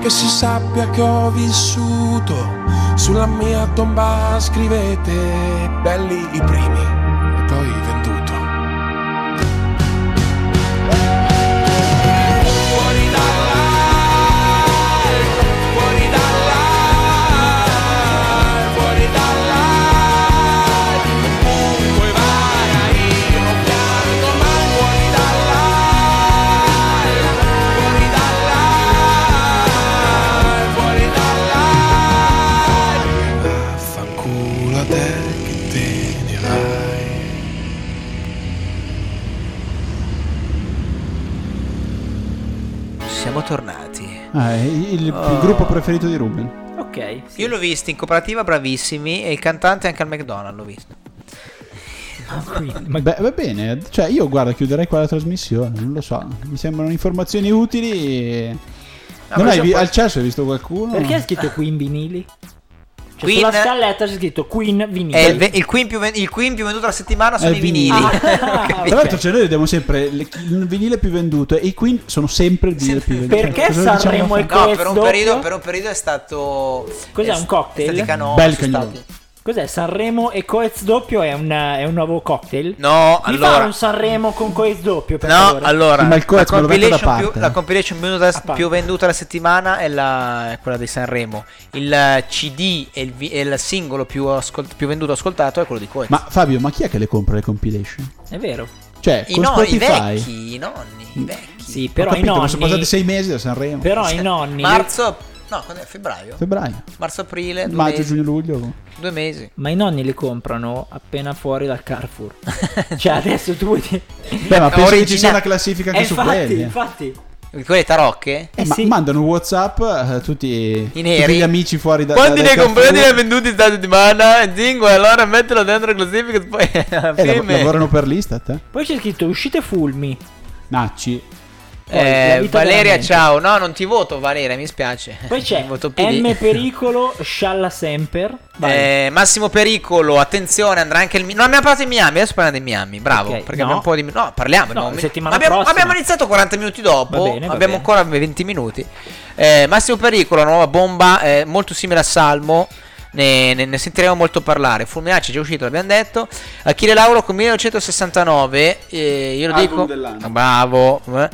[SPEAKER 18] che si sappia che ho vissuto. Sulla mia tomba scrivete belli i primi e poi venduto. Fuori dalla, fuori dalla, fuori dalla. Comunque vai, io non piango mai fuori dalla. Fuori dalla, fuori dalla Vaffanculo a te che te ne vai
[SPEAKER 12] Siamo siamo tornati.
[SPEAKER 13] Ah, è il, il
[SPEAKER 12] Oh.
[SPEAKER 13] gruppo preferito di Ruben.
[SPEAKER 11] Ok.
[SPEAKER 12] Io l'ho visto in cooperativa, bravissimi. E il cantante anche al McDonald's l'ho visto.
[SPEAKER 13] Beh, va bene, cioè io guarda, chiuderei qua la trasmissione, non lo so, mi sembrano informazioni utili. e-
[SPEAKER 11] Ah,
[SPEAKER 13] non
[SPEAKER 11] ma
[SPEAKER 13] hai
[SPEAKER 11] c'è
[SPEAKER 13] vi-
[SPEAKER 11] qual-
[SPEAKER 13] al cesso hai visto qualcuno?
[SPEAKER 11] Perché è scritto Queen vinili? Cioè,
[SPEAKER 12] Queen-
[SPEAKER 11] sulla scaletta c'è scritto Queen vinili.
[SPEAKER 12] È il, ve- il Queen più ven- il Queen più venduto la settimana sono
[SPEAKER 13] È
[SPEAKER 12] i vinili.
[SPEAKER 11] Ah,
[SPEAKER 13] Tra l'altro, cioè, noi vediamo sempre le- il vinile più venduto e i Queen sono sempre il vinile più venduto.
[SPEAKER 11] Perché
[SPEAKER 13] Cosa diciamo
[SPEAKER 11] Sanremo
[SPEAKER 13] fa?
[SPEAKER 11] è
[SPEAKER 12] No, per un,
[SPEAKER 11] doppio?
[SPEAKER 12] periodo, per un periodo è stato.
[SPEAKER 11] Cos'è
[SPEAKER 12] è
[SPEAKER 11] un
[SPEAKER 12] s-
[SPEAKER 11] cocktail?
[SPEAKER 12] È stato canone,
[SPEAKER 13] Bel
[SPEAKER 12] sono
[SPEAKER 13] cagnolo.
[SPEAKER 12] stati-
[SPEAKER 11] Cos'è Sanremo e Coez doppio? È un, è un nuovo cocktail?
[SPEAKER 12] No,
[SPEAKER 11] Mi fa
[SPEAKER 12] allora-
[SPEAKER 11] un Sanremo con Coez doppio per
[SPEAKER 12] No,
[SPEAKER 11] favore.
[SPEAKER 12] allora,
[SPEAKER 13] Ma il
[SPEAKER 12] la,
[SPEAKER 13] coach me lo metto da
[SPEAKER 12] compilation più,
[SPEAKER 13] parte,
[SPEAKER 12] la
[SPEAKER 13] eh.
[SPEAKER 12] compilation più venduta- più venduta la settimana è, la- è quella di Sanremo. Il eh, CD e il, vi- e il singolo più, ascol- più venduto ascoltato è quello di Coez.
[SPEAKER 13] Ma Fabio, ma chi è che le compra le compilation?
[SPEAKER 11] È vero.
[SPEAKER 13] Cioè,
[SPEAKER 12] I,
[SPEAKER 13] con
[SPEAKER 12] no- i
[SPEAKER 13] Spotify.
[SPEAKER 12] vecchi, i nonni, i vecchi.
[SPEAKER 11] Sì,
[SPEAKER 13] Ho
[SPEAKER 11] però i
[SPEAKER 13] capito, ma sono
[SPEAKER 11] nonni
[SPEAKER 13] passati sei mesi da Sanremo.
[SPEAKER 11] Però i nonni
[SPEAKER 12] Marzo, no, quando è? febbraio?
[SPEAKER 13] Febbraio.
[SPEAKER 12] Marzo, aprile, due
[SPEAKER 13] Maggio,
[SPEAKER 12] mesi.
[SPEAKER 13] giugno, luglio.
[SPEAKER 12] Due mesi.
[SPEAKER 11] Ma i nonni li comprano appena fuori dal Carrefour. cioè adesso tu vuoi
[SPEAKER 13] Beh, ma penso che ci
[SPEAKER 12] Origina-
[SPEAKER 13] sia una classifica anche
[SPEAKER 11] Eh,
[SPEAKER 13] su
[SPEAKER 11] infatti,
[SPEAKER 13] quelli.
[SPEAKER 11] infatti.
[SPEAKER 12] Quelle tarocche?
[SPEAKER 13] Eh, ma mandano Whatsapp a tutti,
[SPEAKER 12] I
[SPEAKER 13] tutti
[SPEAKER 12] neri.
[SPEAKER 13] gli amici fuori da
[SPEAKER 12] Quanti
[SPEAKER 13] da-
[SPEAKER 12] ne
[SPEAKER 13] dal
[SPEAKER 12] comprati ne
[SPEAKER 13] Carrefour.
[SPEAKER 12] hai venduti sta settimana? Eh, Zingo, allora mettilo dentro la classifica. Poi alla
[SPEAKER 13] Eh, lav-
[SPEAKER 12] fine-
[SPEAKER 13] lavorano per l'Istat? eh?
[SPEAKER 11] Poi c'è scritto uscite fulmi.
[SPEAKER 13] Nacci.
[SPEAKER 11] Poi, la
[SPEAKER 12] Eh,
[SPEAKER 11] vita
[SPEAKER 12] Valeria,
[SPEAKER 11] veramente.
[SPEAKER 12] ciao. No, non ti voto, Valeria, mi spiace.
[SPEAKER 11] Poi c'è
[SPEAKER 12] voto PD.
[SPEAKER 11] M pericolo scialla semper. Vai.
[SPEAKER 12] Eh, massimo pericolo, attenzione, andrà anche il Mi- Non abbiamo parlato di Miami, adesso parliamo di Miami. Bravo,
[SPEAKER 11] Ok,
[SPEAKER 12] perché
[SPEAKER 11] no.
[SPEAKER 12] abbiamo un po' di No, parliamo.
[SPEAKER 11] No,
[SPEAKER 12] abbiamo-
[SPEAKER 11] settimana
[SPEAKER 12] abbiamo,
[SPEAKER 11] prossima.
[SPEAKER 12] abbiamo iniziato 40 minuti dopo,
[SPEAKER 11] Va bene, va
[SPEAKER 12] abbiamo
[SPEAKER 11] bene.
[SPEAKER 12] ancora 20 minuti. Eh, massimo pericolo, nuova bomba, eh, molto simile a Salmo. Ne, ne- ne sentiremo molto parlare. Fulminacci è già uscito, l'abbiamo detto. Achille Lauro con 1969. eh, io lo
[SPEAKER 13] Album
[SPEAKER 12] dico.
[SPEAKER 13] dell'anno.
[SPEAKER 12] Bravo. eh.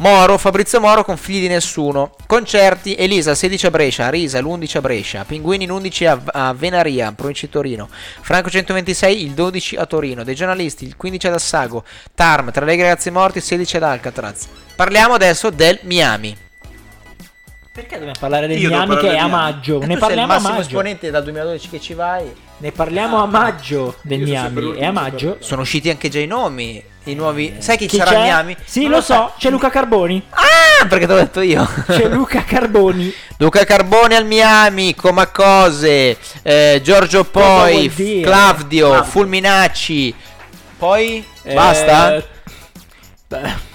[SPEAKER 12] Moro, Fabrizio Moro con figli di nessuno. Concerti, Elisa 16 a Brescia, Risa l'11 a Brescia, Pinguini l'11 a, a Venaria, provincia di Torino, Franco 126 il 12 a Torino, dei giornalisti il 15 ad Assago, Tarm, tra le ragazze morti il 16 ad Alcatraz. Parliamo adesso del Miami.
[SPEAKER 11] Perché dobbiamo parlare dei
[SPEAKER 12] Io devo
[SPEAKER 11] Miami che
[SPEAKER 12] parlare
[SPEAKER 11] è
[SPEAKER 12] di
[SPEAKER 11] a
[SPEAKER 12] Miami.
[SPEAKER 11] maggio?
[SPEAKER 12] Eh,
[SPEAKER 11] Ne
[SPEAKER 12] tu sei il
[SPEAKER 11] parliamo a
[SPEAKER 12] massimo
[SPEAKER 11] maggio.
[SPEAKER 12] esponente dal 2012 che ci vai.
[SPEAKER 11] Ne parliamo a maggio del Miami. E a maggio
[SPEAKER 12] Sono usciti anche già i nomi, i nuovi... Sai chi,
[SPEAKER 11] Chi
[SPEAKER 12] c'era
[SPEAKER 11] c'è?
[SPEAKER 12] a Miami?
[SPEAKER 11] Sì,
[SPEAKER 12] Non
[SPEAKER 11] lo
[SPEAKER 12] sai.
[SPEAKER 11] so, c'è Luca Carboni.
[SPEAKER 12] Ah, perché te l'ho detto io.
[SPEAKER 11] C'è Luca Carboni.
[SPEAKER 12] Luca Carboni al Miami, Comacose, eh, Giorgio Poi,
[SPEAKER 11] vuol dire?
[SPEAKER 12] Claudio,
[SPEAKER 11] Claudio.
[SPEAKER 12] Fulminacci. Poi
[SPEAKER 11] Eh,
[SPEAKER 12] basta.
[SPEAKER 11] beh, Eh,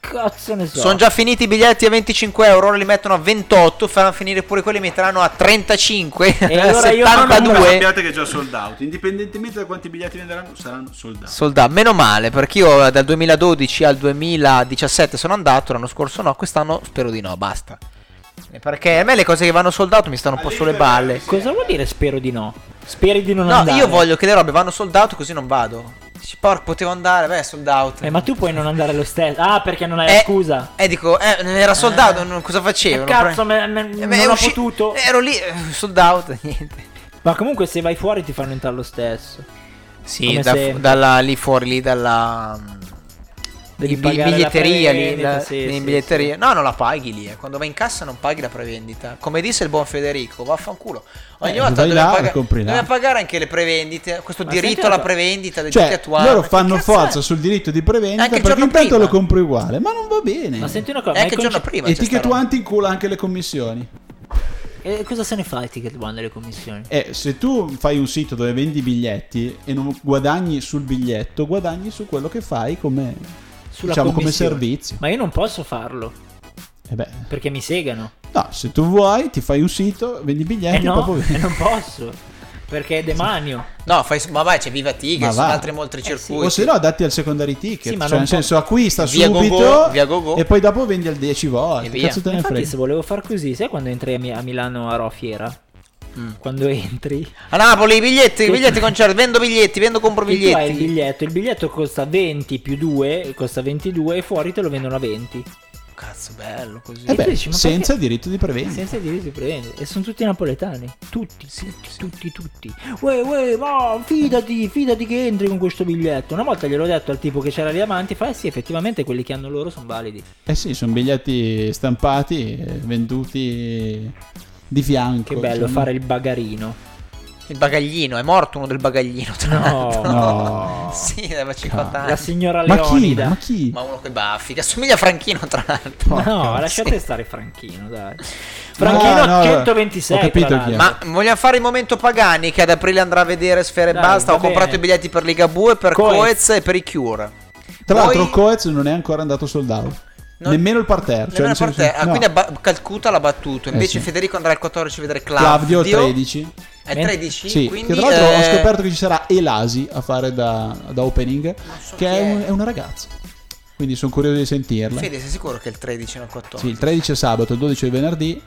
[SPEAKER 11] Cazzo ne so.
[SPEAKER 12] Sono già finiti i biglietti a 25 euro, ora li mettono a 28, faranno finire pure quelli, li metteranno a 35,
[SPEAKER 11] E allora io
[SPEAKER 12] Ah,
[SPEAKER 11] non
[SPEAKER 12] 72.
[SPEAKER 13] che è già sold out, indipendentemente da quanti biglietti venderanno, saranno sold out.
[SPEAKER 12] Sold out. meno male perché io dal 2012 al 2017 sono andato, l'anno scorso no, quest'anno spero di no, basta. Perché a me le cose che vanno sold out mi stanno un po' sulle balle.
[SPEAKER 11] Cosa vuol dire spero di no? Speri di non
[SPEAKER 12] No,
[SPEAKER 11] andare.
[SPEAKER 12] io voglio che le robe vanno sold out così non vado. Dici, porco, potevo andare, beh, sold out.
[SPEAKER 11] Eh, ma tu puoi non andare lo stesso. Ah, perché non hai la scusa. Eh,
[SPEAKER 12] E dico, eh, non era sold out, non- cosa facevo?
[SPEAKER 11] Cazzo,
[SPEAKER 12] Eh, Non
[SPEAKER 11] me, me-
[SPEAKER 12] pre- Eh,
[SPEAKER 11] non
[SPEAKER 12] beh,
[SPEAKER 11] ho
[SPEAKER 12] usci-
[SPEAKER 11] potuto.
[SPEAKER 12] Ero lì, eh, sold out, niente.
[SPEAKER 11] Ma comunque se vai fuori ti fanno entrare lo stesso.
[SPEAKER 12] Sì,
[SPEAKER 11] Come
[SPEAKER 12] da-
[SPEAKER 11] sempre.
[SPEAKER 12] dalla, lì fuori, lì dalla...
[SPEAKER 11] Devi
[SPEAKER 12] bi-
[SPEAKER 11] pagare la
[SPEAKER 12] biglietteria lì,
[SPEAKER 11] prevendita,
[SPEAKER 12] la-
[SPEAKER 11] sì,
[SPEAKER 12] in
[SPEAKER 11] sì,
[SPEAKER 12] biglietteria. No, non la paghi lì, eh. quando vai in cassa non paghi la prevendita. Come disse il buon Federico, vaffanculo. Ogni
[SPEAKER 13] Eh,
[SPEAKER 12] volta
[SPEAKER 13] vai
[SPEAKER 12] dobbiamo,
[SPEAKER 13] là,
[SPEAKER 12] paga-
[SPEAKER 13] la compri là.
[SPEAKER 12] dobbiamo pagare anche le prevendite, questo
[SPEAKER 11] Ma
[SPEAKER 12] diritto
[SPEAKER 11] senti
[SPEAKER 12] alla
[SPEAKER 11] una cosa-
[SPEAKER 12] prevendita dei giochi
[SPEAKER 13] Cioè,
[SPEAKER 12] attuali.
[SPEAKER 13] loro
[SPEAKER 12] Ma che
[SPEAKER 13] fanno
[SPEAKER 12] cazzo
[SPEAKER 13] forza
[SPEAKER 12] è?
[SPEAKER 13] sul diritto di prevendita
[SPEAKER 12] Anche il
[SPEAKER 13] perché
[SPEAKER 12] giorno
[SPEAKER 13] intanto
[SPEAKER 12] prima.
[SPEAKER 13] lo compri uguale, ma non va bene.
[SPEAKER 11] Ma senti una cosa,
[SPEAKER 12] E
[SPEAKER 11] ma
[SPEAKER 12] anche
[SPEAKER 11] il
[SPEAKER 12] il Eh, giorno
[SPEAKER 11] conce-
[SPEAKER 12] prima
[SPEAKER 13] e
[SPEAKER 12] c'è sta
[SPEAKER 13] Ticket
[SPEAKER 12] roba.
[SPEAKER 13] One ti incula anche le commissioni.
[SPEAKER 11] Eh, cosa se ne fa il ticket one delle commissioni?
[SPEAKER 13] Eh, se tu fai un sito dove vendi i biglietti e non guadagni sul biglietto, guadagni su quello che fai come,
[SPEAKER 11] Sulla
[SPEAKER 13] diciamo, come
[SPEAKER 11] commissione.
[SPEAKER 13] servizio.
[SPEAKER 11] Ma io non posso farlo.
[SPEAKER 13] Eh beh.
[SPEAKER 11] Perché mi segano.
[SPEAKER 13] No, se tu vuoi, ti fai un sito, vendi i biglietti
[SPEAKER 11] Eh
[SPEAKER 13] e
[SPEAKER 11] no,
[SPEAKER 13] poi
[SPEAKER 11] eh,
[SPEAKER 13] vendi.
[SPEAKER 11] non posso. Perché è demanio.
[SPEAKER 12] No, fai, ma vai, c'è Viva Tigre,
[SPEAKER 13] Ma
[SPEAKER 12] ci sono
[SPEAKER 13] va.
[SPEAKER 12] altri molti
[SPEAKER 11] Eh
[SPEAKER 12] circuiti.
[SPEAKER 13] O se no, datti al secondary ticket.
[SPEAKER 11] Sì, ma
[SPEAKER 13] cioè,
[SPEAKER 11] non
[SPEAKER 13] nel
[SPEAKER 11] può-
[SPEAKER 13] senso, acquista
[SPEAKER 12] Via
[SPEAKER 13] subito
[SPEAKER 12] Gogo, via Gogo.
[SPEAKER 13] e poi dopo vendi al 10 volte.
[SPEAKER 12] E
[SPEAKER 13] Che
[SPEAKER 12] via.
[SPEAKER 13] cazzo te ne
[SPEAKER 11] Infatti,
[SPEAKER 13] frega?
[SPEAKER 11] se volevo far così, sai quando entri a, Mi- a Milano a Rofiera? Quando entri,
[SPEAKER 12] A Napoli, Mm. i biglietti, i
[SPEAKER 11] Che-
[SPEAKER 12] biglietti concerti, vendo biglietti, vendo compro
[SPEAKER 11] che tu hai il
[SPEAKER 12] biglietti.
[SPEAKER 11] biglietto. Il biglietto costa 20 più 2, costa 22 e fuori te lo vendono a 20.
[SPEAKER 12] Cazzo, bello così.
[SPEAKER 13] Eh
[SPEAKER 11] E tu
[SPEAKER 13] beh,
[SPEAKER 11] dici, ma
[SPEAKER 13] senza
[SPEAKER 11] perché-
[SPEAKER 13] diritto di prevendita.
[SPEAKER 11] Senza dire si prende. E sono tutti napoletani. Tutti, tutti, tutti, tutti. Uè, uè, ma fidati, fidati che entri con questo biglietto. Una volta gliel'ho detto al tipo che c'era lì avanti, fa eh sì, effettivamente quelli che hanno loro sono validi.
[SPEAKER 13] Eh sì, sono biglietti stampati, eh, venduti di fianco.
[SPEAKER 11] Che bello
[SPEAKER 13] insomma.
[SPEAKER 11] fare il bagarino.
[SPEAKER 12] Il bagaglino, è morto uno del bagaglino, tra l'altro.
[SPEAKER 13] no.
[SPEAKER 12] Sì, aveva 50 anni.
[SPEAKER 11] La signora
[SPEAKER 13] Ma chi?
[SPEAKER 11] Leonida.
[SPEAKER 13] Ma chi?
[SPEAKER 12] Ma uno coi baffi, che assomiglia a Franchino, tra l'altro.
[SPEAKER 11] No, lasciate
[SPEAKER 12] Sì.
[SPEAKER 11] stare Franchino, dai. Franchino
[SPEAKER 13] no,
[SPEAKER 11] 126.
[SPEAKER 13] ho capito
[SPEAKER 11] tra
[SPEAKER 13] chi è.
[SPEAKER 11] l'altro.
[SPEAKER 12] Ma vogliamo fare il momento Pagani che ad aprile andrà a vedere Sfera e
[SPEAKER 11] Dai,
[SPEAKER 12] Basta.
[SPEAKER 11] va
[SPEAKER 12] Ho comprato
[SPEAKER 11] bene.
[SPEAKER 12] i biglietti per Ligabue, per
[SPEAKER 11] Coez.
[SPEAKER 12] Coez e per i Cure.
[SPEAKER 13] Tra
[SPEAKER 12] Poi-
[SPEAKER 13] l'altro, Coez non è ancora andato sold out. Nemmeno il parterre. Cioè
[SPEAKER 12] Nemmeno
[SPEAKER 13] nel
[SPEAKER 12] Partè-
[SPEAKER 13] senso-
[SPEAKER 12] ah,
[SPEAKER 13] no.
[SPEAKER 12] quindi a Ba- Calcutta l'ha battuto.
[SPEAKER 13] Eh,
[SPEAKER 12] Invece
[SPEAKER 13] sì.
[SPEAKER 12] Federico andrà al 14 a vedere Claudio.
[SPEAKER 13] Claudio 13.
[SPEAKER 12] È 13,
[SPEAKER 13] Sì,
[SPEAKER 12] quindi
[SPEAKER 13] che tra l'altro ho
[SPEAKER 12] eh,
[SPEAKER 13] scoperto che ci sarà Elasi a fare da, da opening, che è, un- è una ragazza. Quindi sono curioso di sentirla.
[SPEAKER 12] Fede, sei sicuro che il 13 non il 14?
[SPEAKER 13] Sì, il 13 è sabato, il 12 è venerdì.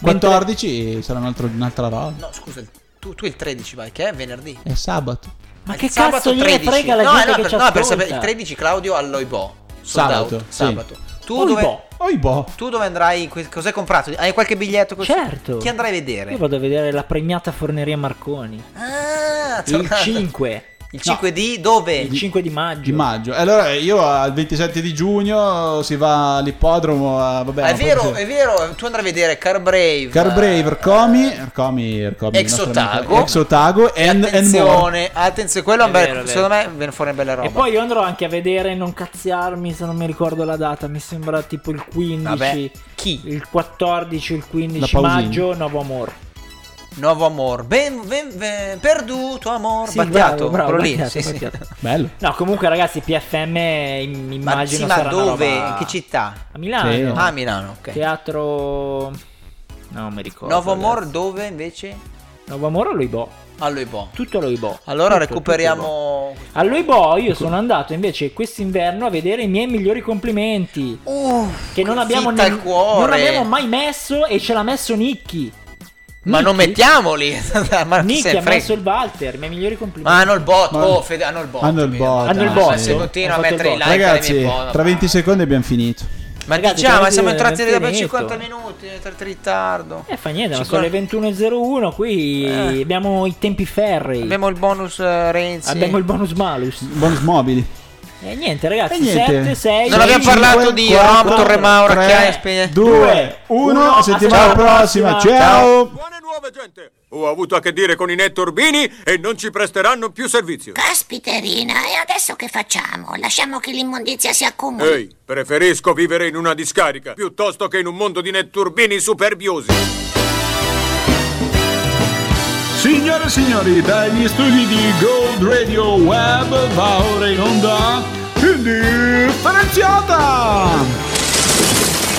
[SPEAKER 13] 14 sarà un altro- un'altra roba.
[SPEAKER 12] No, scusa, il- tu, tu il 13 vai, che è venerdì.
[SPEAKER 13] È sabato.
[SPEAKER 11] Ma
[SPEAKER 12] Il
[SPEAKER 11] che
[SPEAKER 12] sabato
[SPEAKER 11] cazzo gliene
[SPEAKER 12] 13.
[SPEAKER 11] frega la
[SPEAKER 12] no,
[SPEAKER 11] gente
[SPEAKER 12] no,
[SPEAKER 11] che
[SPEAKER 12] per,
[SPEAKER 11] ci
[SPEAKER 12] no, per
[SPEAKER 11] ascolta?
[SPEAKER 12] sapere, il 13 Claudio all'Oibo. Sold
[SPEAKER 13] Sabato,
[SPEAKER 12] out,
[SPEAKER 13] sì.
[SPEAKER 12] sabato. Tu
[SPEAKER 13] Oibo,
[SPEAKER 12] dove,
[SPEAKER 13] Oibo.
[SPEAKER 12] tu dove andrai? Que- Cos'hai comprato? Hai qualche biglietto? Così?
[SPEAKER 11] Certo.
[SPEAKER 12] Chi andrai a vedere?
[SPEAKER 11] Io vado a vedere la pregnata Forneria Marconi.
[SPEAKER 12] Ah,
[SPEAKER 11] Il
[SPEAKER 12] tornata.
[SPEAKER 11] 5.
[SPEAKER 12] Il 5 di dove?
[SPEAKER 11] Il 5 di maggio.
[SPEAKER 13] Di maggio. E Allora io al 27 di giugno si va all'ippodromo. a- vabbè,
[SPEAKER 12] Ah, è
[SPEAKER 13] ma poi
[SPEAKER 12] vero,
[SPEAKER 13] cos'è?
[SPEAKER 12] è vero. Tu andrai a vedere Car Brave.
[SPEAKER 13] Car Brave, Ercomi, Ercomi, Ercomi, il nostro amico-
[SPEAKER 12] Ex-Otago.
[SPEAKER 13] Ex-Otago and, and more.
[SPEAKER 12] Attenzione, attenzione, quello è un
[SPEAKER 11] È
[SPEAKER 12] bel-
[SPEAKER 11] vero, è vero.
[SPEAKER 12] secondo me viene fuori una bella roba.
[SPEAKER 11] E poi io andrò anche a vedere, non cazziarmi se non mi ricordo la data, mi sembra tipo il 15,
[SPEAKER 12] Vabbè, chi?
[SPEAKER 11] il 14, il 15
[SPEAKER 12] La Pausini.
[SPEAKER 11] maggio, Nuovo Amor.
[SPEAKER 12] Nuovo amor, ben, ben, ben- perduto amor,
[SPEAKER 11] Sì,
[SPEAKER 12] battiato,
[SPEAKER 11] bravo, bravo,
[SPEAKER 12] quello lì,
[SPEAKER 11] Battiato,
[SPEAKER 12] sì, sì.
[SPEAKER 11] Battiato.
[SPEAKER 13] Bello.
[SPEAKER 11] No, comunque ragazzi, PFM im-
[SPEAKER 12] Ma, sì,
[SPEAKER 11] immagino
[SPEAKER 12] ma
[SPEAKER 11] sarà una
[SPEAKER 12] dove?
[SPEAKER 11] roba-
[SPEAKER 12] In che città?
[SPEAKER 11] A Milano.
[SPEAKER 12] Sì. Ah, a Milano, ok.
[SPEAKER 11] Teatro No, non mi ricordo.
[SPEAKER 12] Nuovo
[SPEAKER 11] ragazzi.
[SPEAKER 12] amor dove invece?
[SPEAKER 11] Nuovo Amor o Loibo?
[SPEAKER 12] A Loibo.
[SPEAKER 11] Tutto Loibo.
[SPEAKER 12] Allora
[SPEAKER 11] Tutto, tutto
[SPEAKER 12] recuperiamo
[SPEAKER 11] Loibo. A Loibo io sono andato invece quest'inverno a vedere i miei migliori complimenti.
[SPEAKER 12] Oh, Uh,
[SPEAKER 11] che non abbiamo,
[SPEAKER 12] fitta al cuore.
[SPEAKER 11] non abbiamo mai messo e ce l'ha messo Nicky.
[SPEAKER 12] Ma non mettiamoli! ma chi se
[SPEAKER 11] Nicky
[SPEAKER 12] ne
[SPEAKER 11] ha
[SPEAKER 12] frega?
[SPEAKER 11] messo il Walter, i miei migliori complimenti.
[SPEAKER 12] Ma hanno il bot,
[SPEAKER 13] Ma-
[SPEAKER 12] oh Fede, hanno il bot.
[SPEAKER 13] Hanno il
[SPEAKER 12] capito?
[SPEAKER 13] bot,
[SPEAKER 11] Hanno il
[SPEAKER 13] eh,
[SPEAKER 11] bot.
[SPEAKER 12] Ma se
[SPEAKER 13] sì.
[SPEAKER 12] continua a
[SPEAKER 11] Hanno
[SPEAKER 12] mettere i
[SPEAKER 11] fatto
[SPEAKER 12] like alle mie
[SPEAKER 13] Ragazzi,
[SPEAKER 12] bot-
[SPEAKER 13] tra 20 secondi abbiamo finito.
[SPEAKER 12] Ma
[SPEAKER 11] Ragazzi,
[SPEAKER 12] diciamo, ma
[SPEAKER 11] ragazzi,
[SPEAKER 12] siamo
[SPEAKER 11] è
[SPEAKER 12] entrati
[SPEAKER 11] finito.
[SPEAKER 12] per 50 minuti, è entrato in ritardo.
[SPEAKER 11] Eh, fa niente, ma sono le
[SPEAKER 12] Cinquanta-
[SPEAKER 11] 21.01, qui
[SPEAKER 12] Eh.
[SPEAKER 11] abbiamo i tempi ferrei.
[SPEAKER 12] Abbiamo il bonus eh, Renzi.
[SPEAKER 11] Abbiamo il bonus malus.
[SPEAKER 13] Bonus mobili.
[SPEAKER 11] E Eh, niente, ragazzi,
[SPEAKER 13] E Eh, niente.
[SPEAKER 11] 7, 6,
[SPEAKER 12] Non abbiamo parlato di Rom, Torre Maura, Chiaia,
[SPEAKER 13] 3,
[SPEAKER 12] Spegne.
[SPEAKER 13] 2, 1, a settimana prossima. Ciao.
[SPEAKER 2] Ho avuto a che dire con i netturbini e non ci presteranno più servizio.
[SPEAKER 3] Caspiterina, e adesso che facciamo? Lasciamo che l'immondizia si accumuli?
[SPEAKER 2] Ehi, preferisco vivere in una discarica piuttosto che in un mondo di netturbini superbiosi.
[SPEAKER 4] Signore e signori, dagli studi di Gold Radio Web va ora in onda Indifferenziata!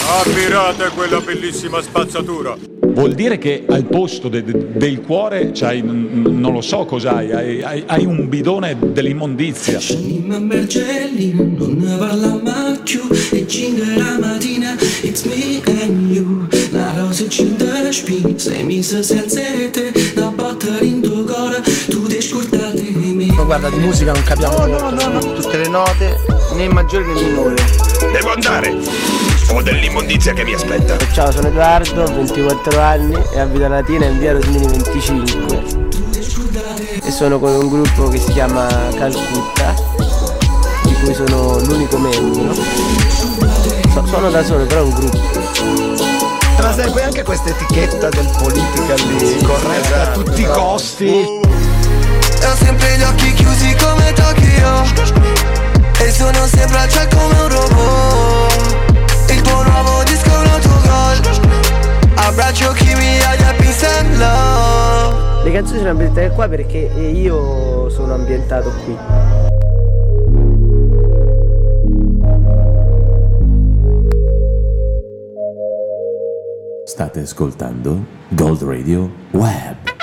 [SPEAKER 2] Ammirate quella bellissima spazzatura.
[SPEAKER 5] Vuol dire che al posto de- de- del cuore c'hai, n- n- non lo so cos'hai, hai, hai- hai un bidone dell'immondizia.
[SPEAKER 6] Anima Margelli non ne parla più E gira la mattina, it's me and you La rosa ci spin, sei messa senza te Da battere in tuo cuore, tu ti scordate di me Ma guarda, di musica non capiamo No, no, no, tutte le note, né maggiore né minore
[SPEAKER 8] Devo andare. Ho dell'immondizia che mi aspetta.
[SPEAKER 7] Ciao, sono Edoardo, 24 anni e abito a Latina in via Rosmini 25. E sono con un gruppo che si chiama Calcutta, di cui sono l'unico membro. So- sono da solo, però è un gruppo.
[SPEAKER 9] Ma sai, poi anche questa etichetta del politically corretta a tutti i costi.
[SPEAKER 10] E Esatto. Uh. ho sempre gli occhi chiusi come Tokyo E sono sempre al cielo come un robot Il tuo nuovo disco è un autogol Abbraccio chi mi odia, peace and love
[SPEAKER 7] Le canzoni sono ambientate qua perché io sono ambientato qui.
[SPEAKER 1] State ascoltando Gold Radio Web.